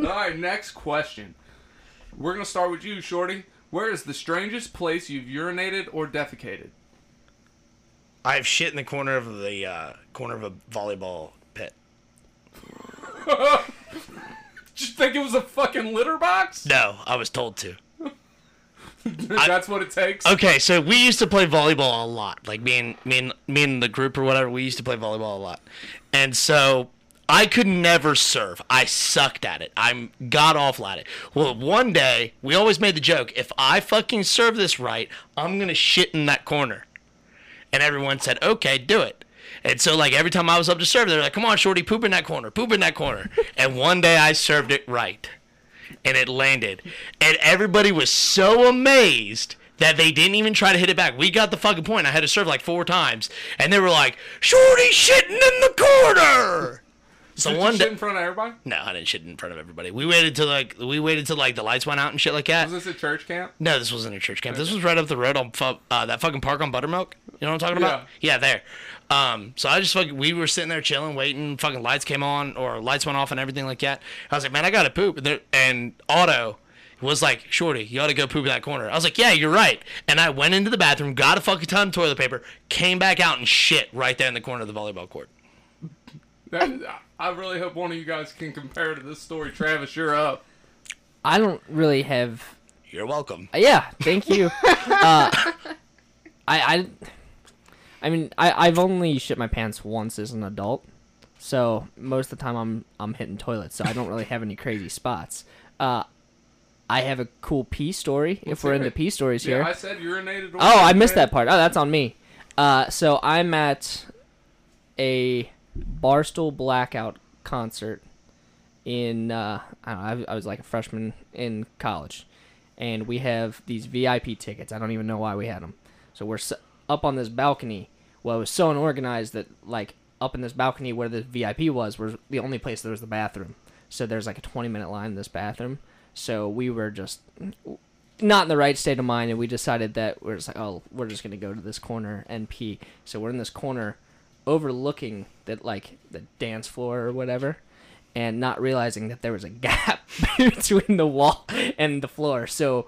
Speaker 1: right, next question. We're gonna start with you, Shorty. Where is the strangest place you've urinated or defecated?
Speaker 2: I have shit in the corner of the uh, corner of a volleyball pit.
Speaker 1: Did you think it was a fucking litter box?
Speaker 2: No, I was told to.
Speaker 1: That's what it takes.
Speaker 2: Okay, so we used to play volleyball a lot. Like me and me and me and the group or whatever, we used to play volleyball a lot. And so I could never serve. I sucked at it. I'm god awful at it. Well, one day we always made the joke: if I fucking serve this right, I'm gonna shit in that corner. And everyone said, "Okay, do it." And so, like every time I was up to serve, they were like, "Come on, shorty, poop in that corner, poop in that corner." and one day I served it right and it landed. And everybody was so amazed that they didn't even try to hit it back. We got the fucking point. I had to serve like four times, and they were like, "Shorty shitting in the corner." So
Speaker 1: Did you
Speaker 2: one
Speaker 1: shit
Speaker 2: day,
Speaker 1: in front of everybody?
Speaker 2: no, I didn't shit in front of everybody. We waited till like we waited till like the lights went out and shit like that.
Speaker 1: Was this at church camp?
Speaker 2: No, this wasn't a church camp. This was right up the road on fu- uh, that fucking park on Buttermilk. You know what I'm talking about? Yeah, there. Um, so I just fucking we were sitting there chilling, waiting. Fucking lights came on or lights went off and everything like that. I was like, man, I gotta poop. And, there, and Auto was like, Shorty, you ought to go poop in that corner. I was like, yeah, you're right. And I went into the bathroom, got a fucking ton of toilet paper, came back out and shit right there in the corner of the volleyball court.
Speaker 1: That, I really hope one of you guys can compare to this story. Travis, you're up.
Speaker 4: I don't really have.
Speaker 2: You're welcome.
Speaker 4: Yeah, thank you. uh, I, I, I mean, I, I've only shit my pants once as an adult, so most of the time I'm I'm hitting toilets, so I don't really have any crazy spots. Uh, I have a cool pee story if
Speaker 1: Let's
Speaker 4: we're
Speaker 1: hear
Speaker 4: into
Speaker 1: it.
Speaker 4: pee stories here.
Speaker 1: Yeah, I said urinated. Or
Speaker 4: Oh, I
Speaker 1: defecated.
Speaker 4: missed that part. Oh, that's on me. Uh, so I'm at a Barstool Blackout concert in uh, I don't know, I was- I was like a freshman in college, and we have these VIP tickets. I don't even know why we had them. So we're s- up on this balcony. Well, it was so unorganized that like up in this balcony where the VIP was was the only place there was the bathroom. So there's like a 20 minute line in this bathroom. So we were just not in the right state of mind, and we decided that we're just like, oh, we're just gonna go to this corner and pee. So we're in this corner, overlooking that like the dance floor or whatever, and not realizing that there was a gap between the wall and the floor. So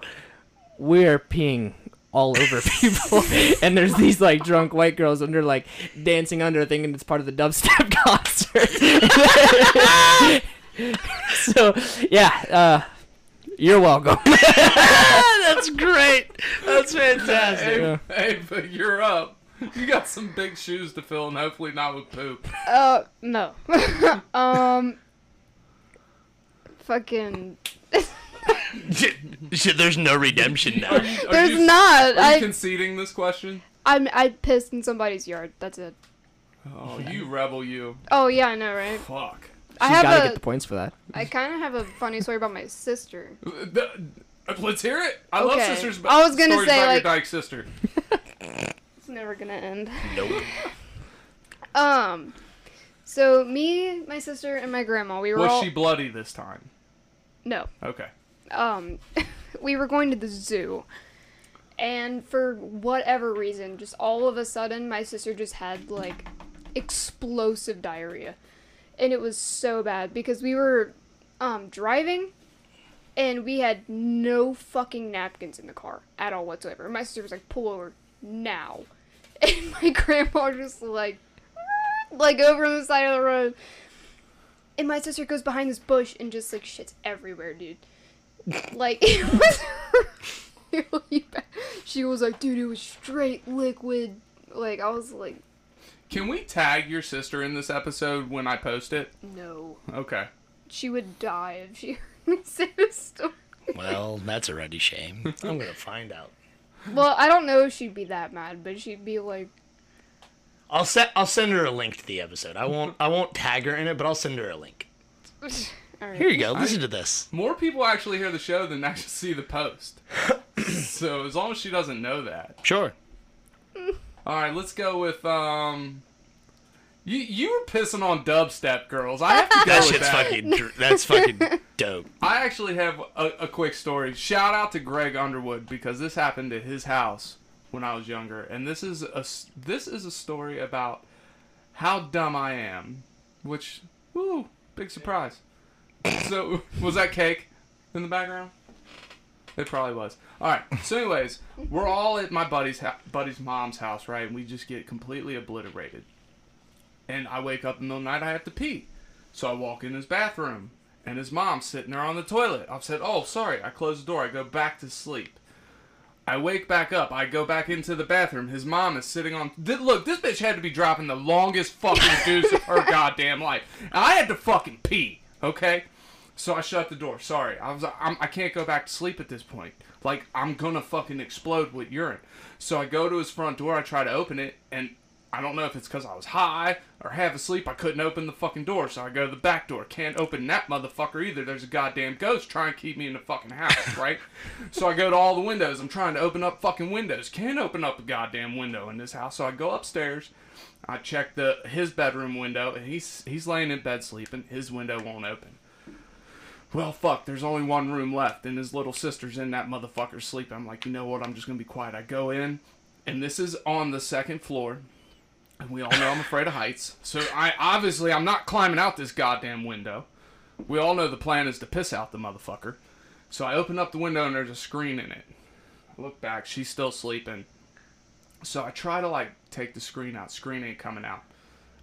Speaker 4: we're peeing all over people, and there's these like drunk white girls under like dancing under, thinking it's part of the dubstep concert. so yeah, uh, you're welcome.
Speaker 2: That's great. That's fantastic.
Speaker 1: Hey, hey, but you're up. You got some big shoes to fill, and hopefully not with poop.
Speaker 3: Uh, no. um, fucking.
Speaker 2: There's no redemption now.
Speaker 1: Are
Speaker 3: There's
Speaker 1: you,
Speaker 3: not.
Speaker 1: Are you
Speaker 3: I,
Speaker 1: conceding this question?
Speaker 3: I'm, I pissed in somebody's yard. That's it.
Speaker 1: Oh, you rebel, you.
Speaker 3: Oh yeah, I know, right?
Speaker 1: Fuck.
Speaker 3: I
Speaker 4: She's got to
Speaker 3: have
Speaker 4: get
Speaker 3: a.
Speaker 4: the points for that.
Speaker 3: I kind of have a funny story about my sister.
Speaker 1: The- uh, Let's hear it. I love
Speaker 3: Okay.
Speaker 1: sisters. but
Speaker 3: I was gonna
Speaker 1: stories
Speaker 3: say,
Speaker 1: about
Speaker 3: like-
Speaker 1: your dyke sister.
Speaker 3: It's never gonna end.
Speaker 2: Nope.
Speaker 3: Um, so me, my sister, and my grandma, we were
Speaker 1: Was
Speaker 3: all
Speaker 1: she bloody this time?
Speaker 3: no.
Speaker 1: Okay.
Speaker 3: um, we were going to the zoo, and for whatever reason, just all of a sudden, my sister just had like explosive diarrhea, and it was so bad because we were um, driving, and we had no fucking napkins in the car at all whatsoever. And my sister was like, "Pull over now," and my grandma just like, like over on the side of the road. And my sister goes behind this bush and just like shits everywhere, dude. Like it was really bad. She was like, dude, it was straight liquid. Like I was like,
Speaker 1: Can we tag your sister in this episode when I post it?
Speaker 3: no.
Speaker 1: Okay.
Speaker 3: She would die if she heard me say this story.
Speaker 2: Well, that's already shame. I'm gonna find out.
Speaker 3: Well, I don't know if she'd be that mad, but she'd be like,
Speaker 2: I'll set. I'll send her a link to the episode. I won't. I won't tag her in it, but I'll send her a link.
Speaker 3: all right.
Speaker 2: Here you go. Listen to this.
Speaker 1: More people actually hear the show than actually see the post. so as long as she doesn't know that.
Speaker 2: Sure.
Speaker 1: All right, let's go with um. You you were pissing on dubstep girls. I have to go
Speaker 2: That
Speaker 1: with
Speaker 2: shit's
Speaker 1: that.
Speaker 2: fucking. dr- That's fucking dope.
Speaker 1: I actually have a, a quick story. Shout out to Greg Underwood because this happened at his house when I was younger, and this is a s- this is a story about how dumb I am, which woo big surprise. So was that cake in the background? It probably was. All right. So, anyways, we're all at my buddy's ho- buddy's mom's house, right? And we just get completely obliterated. And I wake up in the middle of the night. I have to pee. So I walk in his bathroom, and his mom's sitting there on the toilet. I've said, "Oh, sorry." I close the door. I go back to sleep. I wake back up. I go back into the bathroom. His mom is sitting on. Th- look, this bitch had to be dropping the longest fucking deuce of her goddamn life. I had to fucking pee. Okay, so I shut the door. Sorry, I was. I'm, I can't go back to sleep at this point. Like I'm gonna fucking explode with urine. So I go to his front door. I try to open it, and I don't know if it's because I was high or half asleep. I couldn't open the fucking door, so I go to the back door. Can't open that motherfucker either. There's a goddamn ghost trying to keep me in the fucking house, right? so I go to all the windows. I'm trying to open up fucking windows. Can't open up a goddamn window in this house. So I go upstairs. I check the his bedroom window, and he's he's laying in bed sleeping. His window won't open. Well, fuck, there's only one room left, and his little sister's in that motherfucker sleeping. I'm like, you know what? I'm just gonna be quiet. I go in, and this is on the second floor, and we all know I'm afraid of heights. So I obviously I'm not climbing out this goddamn window. We all know the plan is to piss out the motherfucker. So I open up the window and there's a screen in it. I look back, she's still sleeping. So I try to like take the screen out. Screen ain't coming out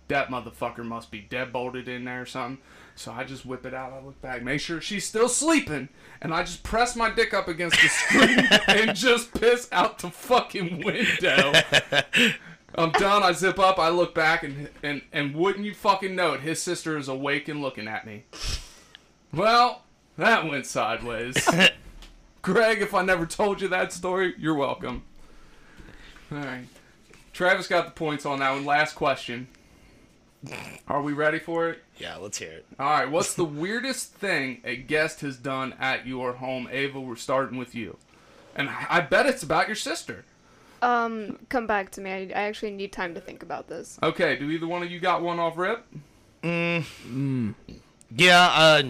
Speaker 1: that motherfucker must be dead bolted in there or something. So I just whip it out. I look back, make sure she's still sleeping, and I just press my dick up against the screen and just piss out the fucking window. I'm done. I zip up. I look back, and and and wouldn't you fucking know it? His sister is awake and looking at me. Well, that went sideways. Greg, if I never told you that story, you're welcome. All right. Travis got the points on that one. Last question. Are we ready for it?
Speaker 2: Yeah, let's hear it.
Speaker 1: All right. What's the weirdest thing a guest has done at your home? Ava, we're starting with you. And I I bet it's about your sister.
Speaker 3: um, come back to me. I, I actually need time to think about this.
Speaker 1: Okay, do either one of you got one off rip?
Speaker 2: Yeah. Uh,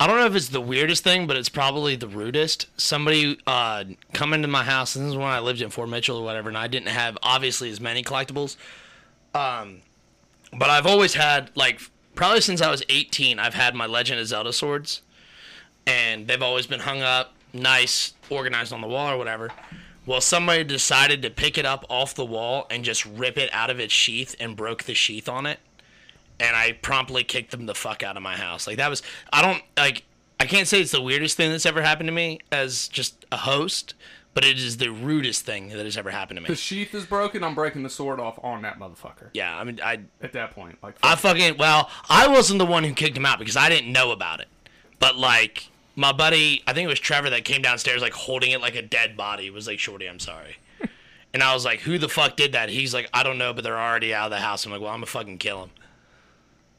Speaker 2: I don't know if it's the weirdest thing, but it's probably the rudest. Somebody uh, come into my house, and this is when I lived in Fort Mitchell or whatever, and I didn't have obviously as many collectibles. Um, but I've always had like probably since I was 18, I've had my Legend of Zelda swords, and they've always been hung up, nice, organized on the wall or whatever. Well, somebody decided to pick it up off the wall and just rip it out of its sheath and broke the sheath on it and I promptly kicked them the fuck out of my house. Like that was I don't like I can't say it's the weirdest thing that's ever happened to me as just a host, but it is the rudest thing that has ever happened to
Speaker 1: The
Speaker 2: me.
Speaker 1: sheath is broken. I'm breaking the sword off on that motherfucker.
Speaker 2: Yeah, I mean I
Speaker 1: At that point, like
Speaker 2: I fucking well, I wasn't the one who kicked him out because I didn't know about it. But like my buddy, I think it was Trevor that came downstairs like holding it like a dead body. Was like, "Shorty, I'm sorry." and I was like, "Who the fuck did that?" He's like, "I don't know, but they're already out of the house." I'm like, "Well, I'm gonna fucking kill him."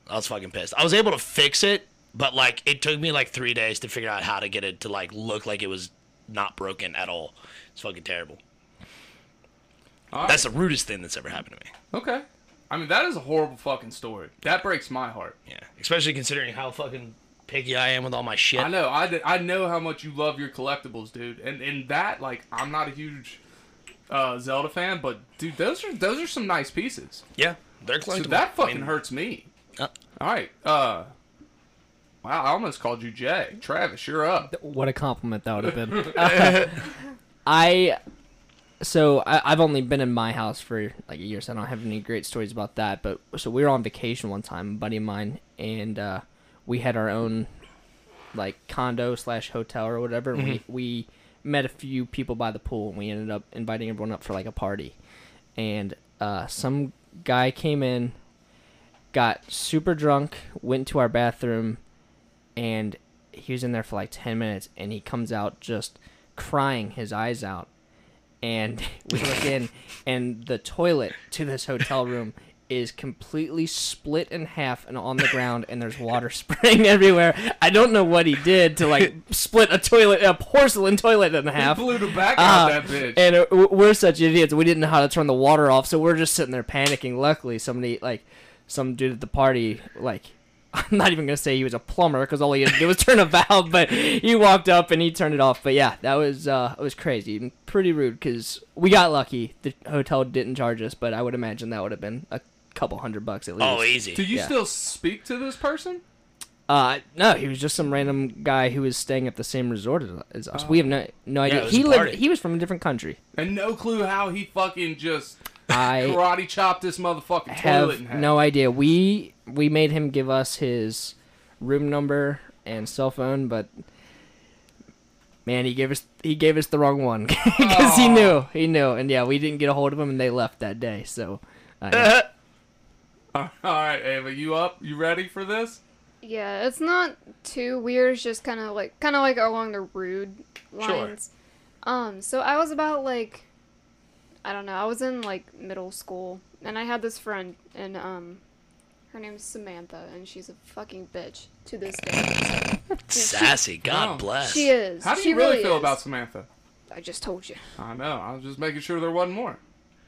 Speaker 2: I was fucking pissed. I was able to fix it, but like it took me like three days to figure out how to get it to like look like it was not broken at all. It's fucking terrible.
Speaker 1: All right.
Speaker 2: That's the rudest thing that's ever happened to me.
Speaker 1: okay. I mean, that is a horrible fucking story. That breaks my heart.
Speaker 2: Yeah, especially considering how fucking picky I am with all my shit.
Speaker 1: I know. I, d- I know how much you love your collectibles, dude. And and that like I'm not a huge uh, Zelda fan, but dude, those are those are some nice pieces.
Speaker 2: Yeah, they're collectible.
Speaker 1: So that
Speaker 2: I
Speaker 4: Uh.
Speaker 1: fucking
Speaker 2: mean,
Speaker 1: hurts me.
Speaker 2: uh,
Speaker 1: All right. Uh, Wow, I almost called you Jay. Travis, you're up.
Speaker 4: What a compliment that would have been. Uh, I so I, I've only been in my house for like a year, so I don't have any great stories about that. But so we were on vacation one time, a buddy of mine, and uh, we had our own like condo slash hotel or whatever. And we we met a few people by the pool, and we ended up inviting everyone up for like a party. And uh, some guy came in, got super drunk, went to our bathroom, and he was in there for like 10 minutes and he comes out just crying his eyes out and we look in and the toilet to this hotel room is completely split in half and on the ground and there's water spraying everywhere i don't know what he did to like split a toilet a porcelain toilet in half
Speaker 1: Blew the back out
Speaker 4: uh,
Speaker 1: that bitch.
Speaker 4: And uh, w- we're such idiots. We didn't know how to turn the water off, so we're just sitting there panicking. Luckily, somebody like some dude at the party like. I'm not even gonna say he was a plumber because all he had to do was turn a valve, but he walked up and he turned it off. But yeah, that was uh, it was crazy, and pretty rude because we got lucky. The hotel didn't charge us, but I would imagine that would have been a couple hundred bucks at least.
Speaker 2: oh, easy.
Speaker 1: Do you
Speaker 4: yeah.
Speaker 1: still speak to this person?
Speaker 4: Uh, no, he was just some random guy who was staying at the same resort as- as us. We have no no
Speaker 2: Oh.
Speaker 4: idea.
Speaker 2: it was
Speaker 4: he
Speaker 2: a
Speaker 4: lived.
Speaker 2: party.
Speaker 4: He was from a different country.
Speaker 1: And no clue how he fucking just
Speaker 4: I
Speaker 1: karate chopped this motherfucking toilet in
Speaker 4: have
Speaker 1: half.
Speaker 4: no idea. We we made him give us his room number and cell phone, but man, he gave us he gave us the wrong one because he knew he knew, and yeah, we didn't get a hold of him, and they left that day. So uh, yeah.
Speaker 1: All right, Ava, you up? You ready for this?
Speaker 3: Yeah, it's not too weird. It's just kind of like kind of like along the rude lines. Um, so I was about like, I don't know. I was in like middle school, and I had this friend, and um, her name's Samantha, and she's a fucking bitch to this day.
Speaker 2: Sassy. God
Speaker 1: Oh.
Speaker 2: bless.
Speaker 3: She is.
Speaker 1: How do
Speaker 3: she
Speaker 1: you really, feel
Speaker 3: is.
Speaker 1: about Samantha?
Speaker 3: I just told you.
Speaker 1: I know. I was just making sure there wasn't more.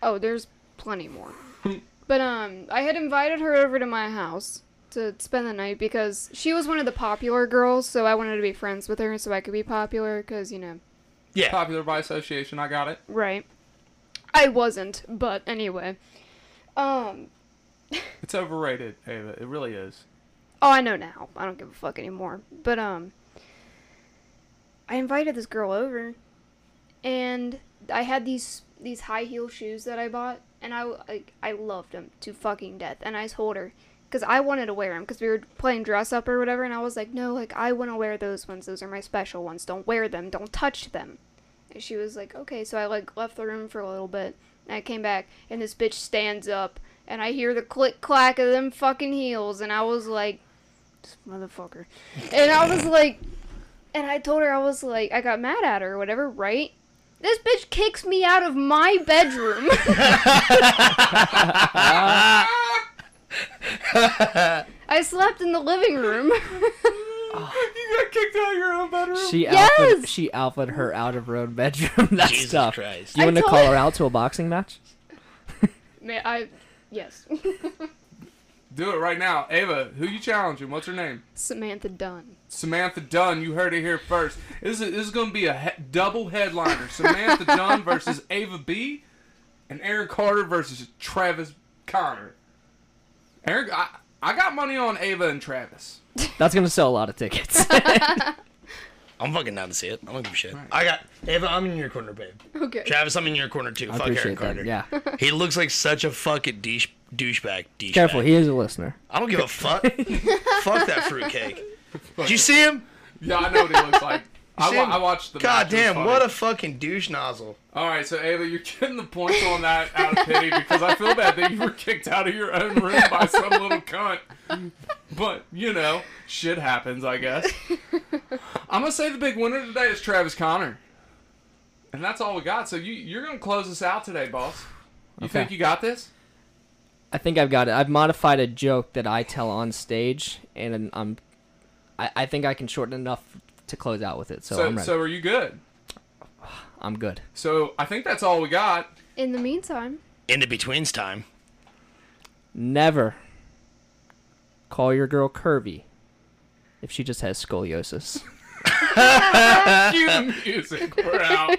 Speaker 3: Oh, there's plenty more. but um, I had invited her over to my house to spend the night because she was one of the popular girls, so I wanted to be friends with her so I could be popular because you know,
Speaker 2: yeah.
Speaker 1: Popular by association. I got it.
Speaker 3: right? I wasn't, but anyway. Um.
Speaker 1: It's overrated, Ava. It really is.
Speaker 3: Oh, I know now. I don't give a fuck anymore. But um, I invited this girl over, and I had these these high heel shoes that I bought, and I like I loved them to fucking death. And I told her because I wanted to wear them because we were playing dress up or whatever, and I was like, no, like I want to wear those ones. Those are my special ones. Don't wear them. Don't touch them. And she was like, okay. So I like left the room for a little bit, and I came back, and this bitch stands up. And I hear the click clack of them fucking heels, and I was like, motherfucker. And I was like, and I told her I was like, I got mad at her or whatever, right? This bitch kicks me out of my bedroom. I slept in the living room.
Speaker 1: you got kicked out of your own bedroom.
Speaker 4: she
Speaker 3: Yes!
Speaker 4: alphaed, she alphaed her out of her own bedroom. That's
Speaker 2: Jesus
Speaker 4: tough.
Speaker 2: Christ.
Speaker 4: You
Speaker 3: I
Speaker 4: want to
Speaker 3: told-
Speaker 4: call her out to a boxing match?
Speaker 3: May I? Yes.
Speaker 1: Do it right now, Ava. Who you challenging? What's her name?
Speaker 3: Samantha Dunn.
Speaker 1: Samantha Dunn. You heard it here first. This is, this is going to be a he- double headliner: Samantha Dunn versus Ava B, and Aaron Carter versus Travis Connor. Aaron, I, I got money on Ava and Travis.
Speaker 4: That's gonna sell a lot of tickets.
Speaker 2: I'm fucking down to see it. I don't give a shit. I got Ava. I'm in your corner, babe.
Speaker 3: Okay.
Speaker 2: Travis, I'm in your corner too.
Speaker 4: I
Speaker 2: Fuck Aaron
Speaker 4: appreciate
Speaker 2: Carter.
Speaker 4: that. Yeah,
Speaker 2: He looks like such a fucking douche douchebag. douchebag.
Speaker 4: careful. He is a listener.
Speaker 2: I don't give a fuck. fuck that fruitcake. Did you see him?
Speaker 1: Yeah, I know what he looks like. I,
Speaker 2: See
Speaker 1: wa-
Speaker 2: him?
Speaker 1: I watched the.
Speaker 2: God
Speaker 1: match. It was
Speaker 2: damn!
Speaker 1: funny.
Speaker 2: What a fucking douche nozzle.
Speaker 1: All right, so Ava, you're getting the points on that out of pity because I feel bad that you were kicked out of your own room by some little cunt. But you know, shit happens, I guess. I'm gonna say the big winner today is Travis Connor, and that's all we got. So you you're gonna close us out today, boss. You
Speaker 4: Okay.
Speaker 1: think you got this?
Speaker 4: I think I've got it. I've modified a joke that I tell on stage, and I'm, I, I think I can shorten enough to close out with it. So, I'm
Speaker 1: So
Speaker 4: ready.
Speaker 1: so are you good?
Speaker 4: I'm good.
Speaker 1: So I think that's all we got.
Speaker 3: In the meantime,
Speaker 2: In the betweens time.
Speaker 4: Never call your girl curvy if she just has sculosis.
Speaker 1: Cue the music. We're out.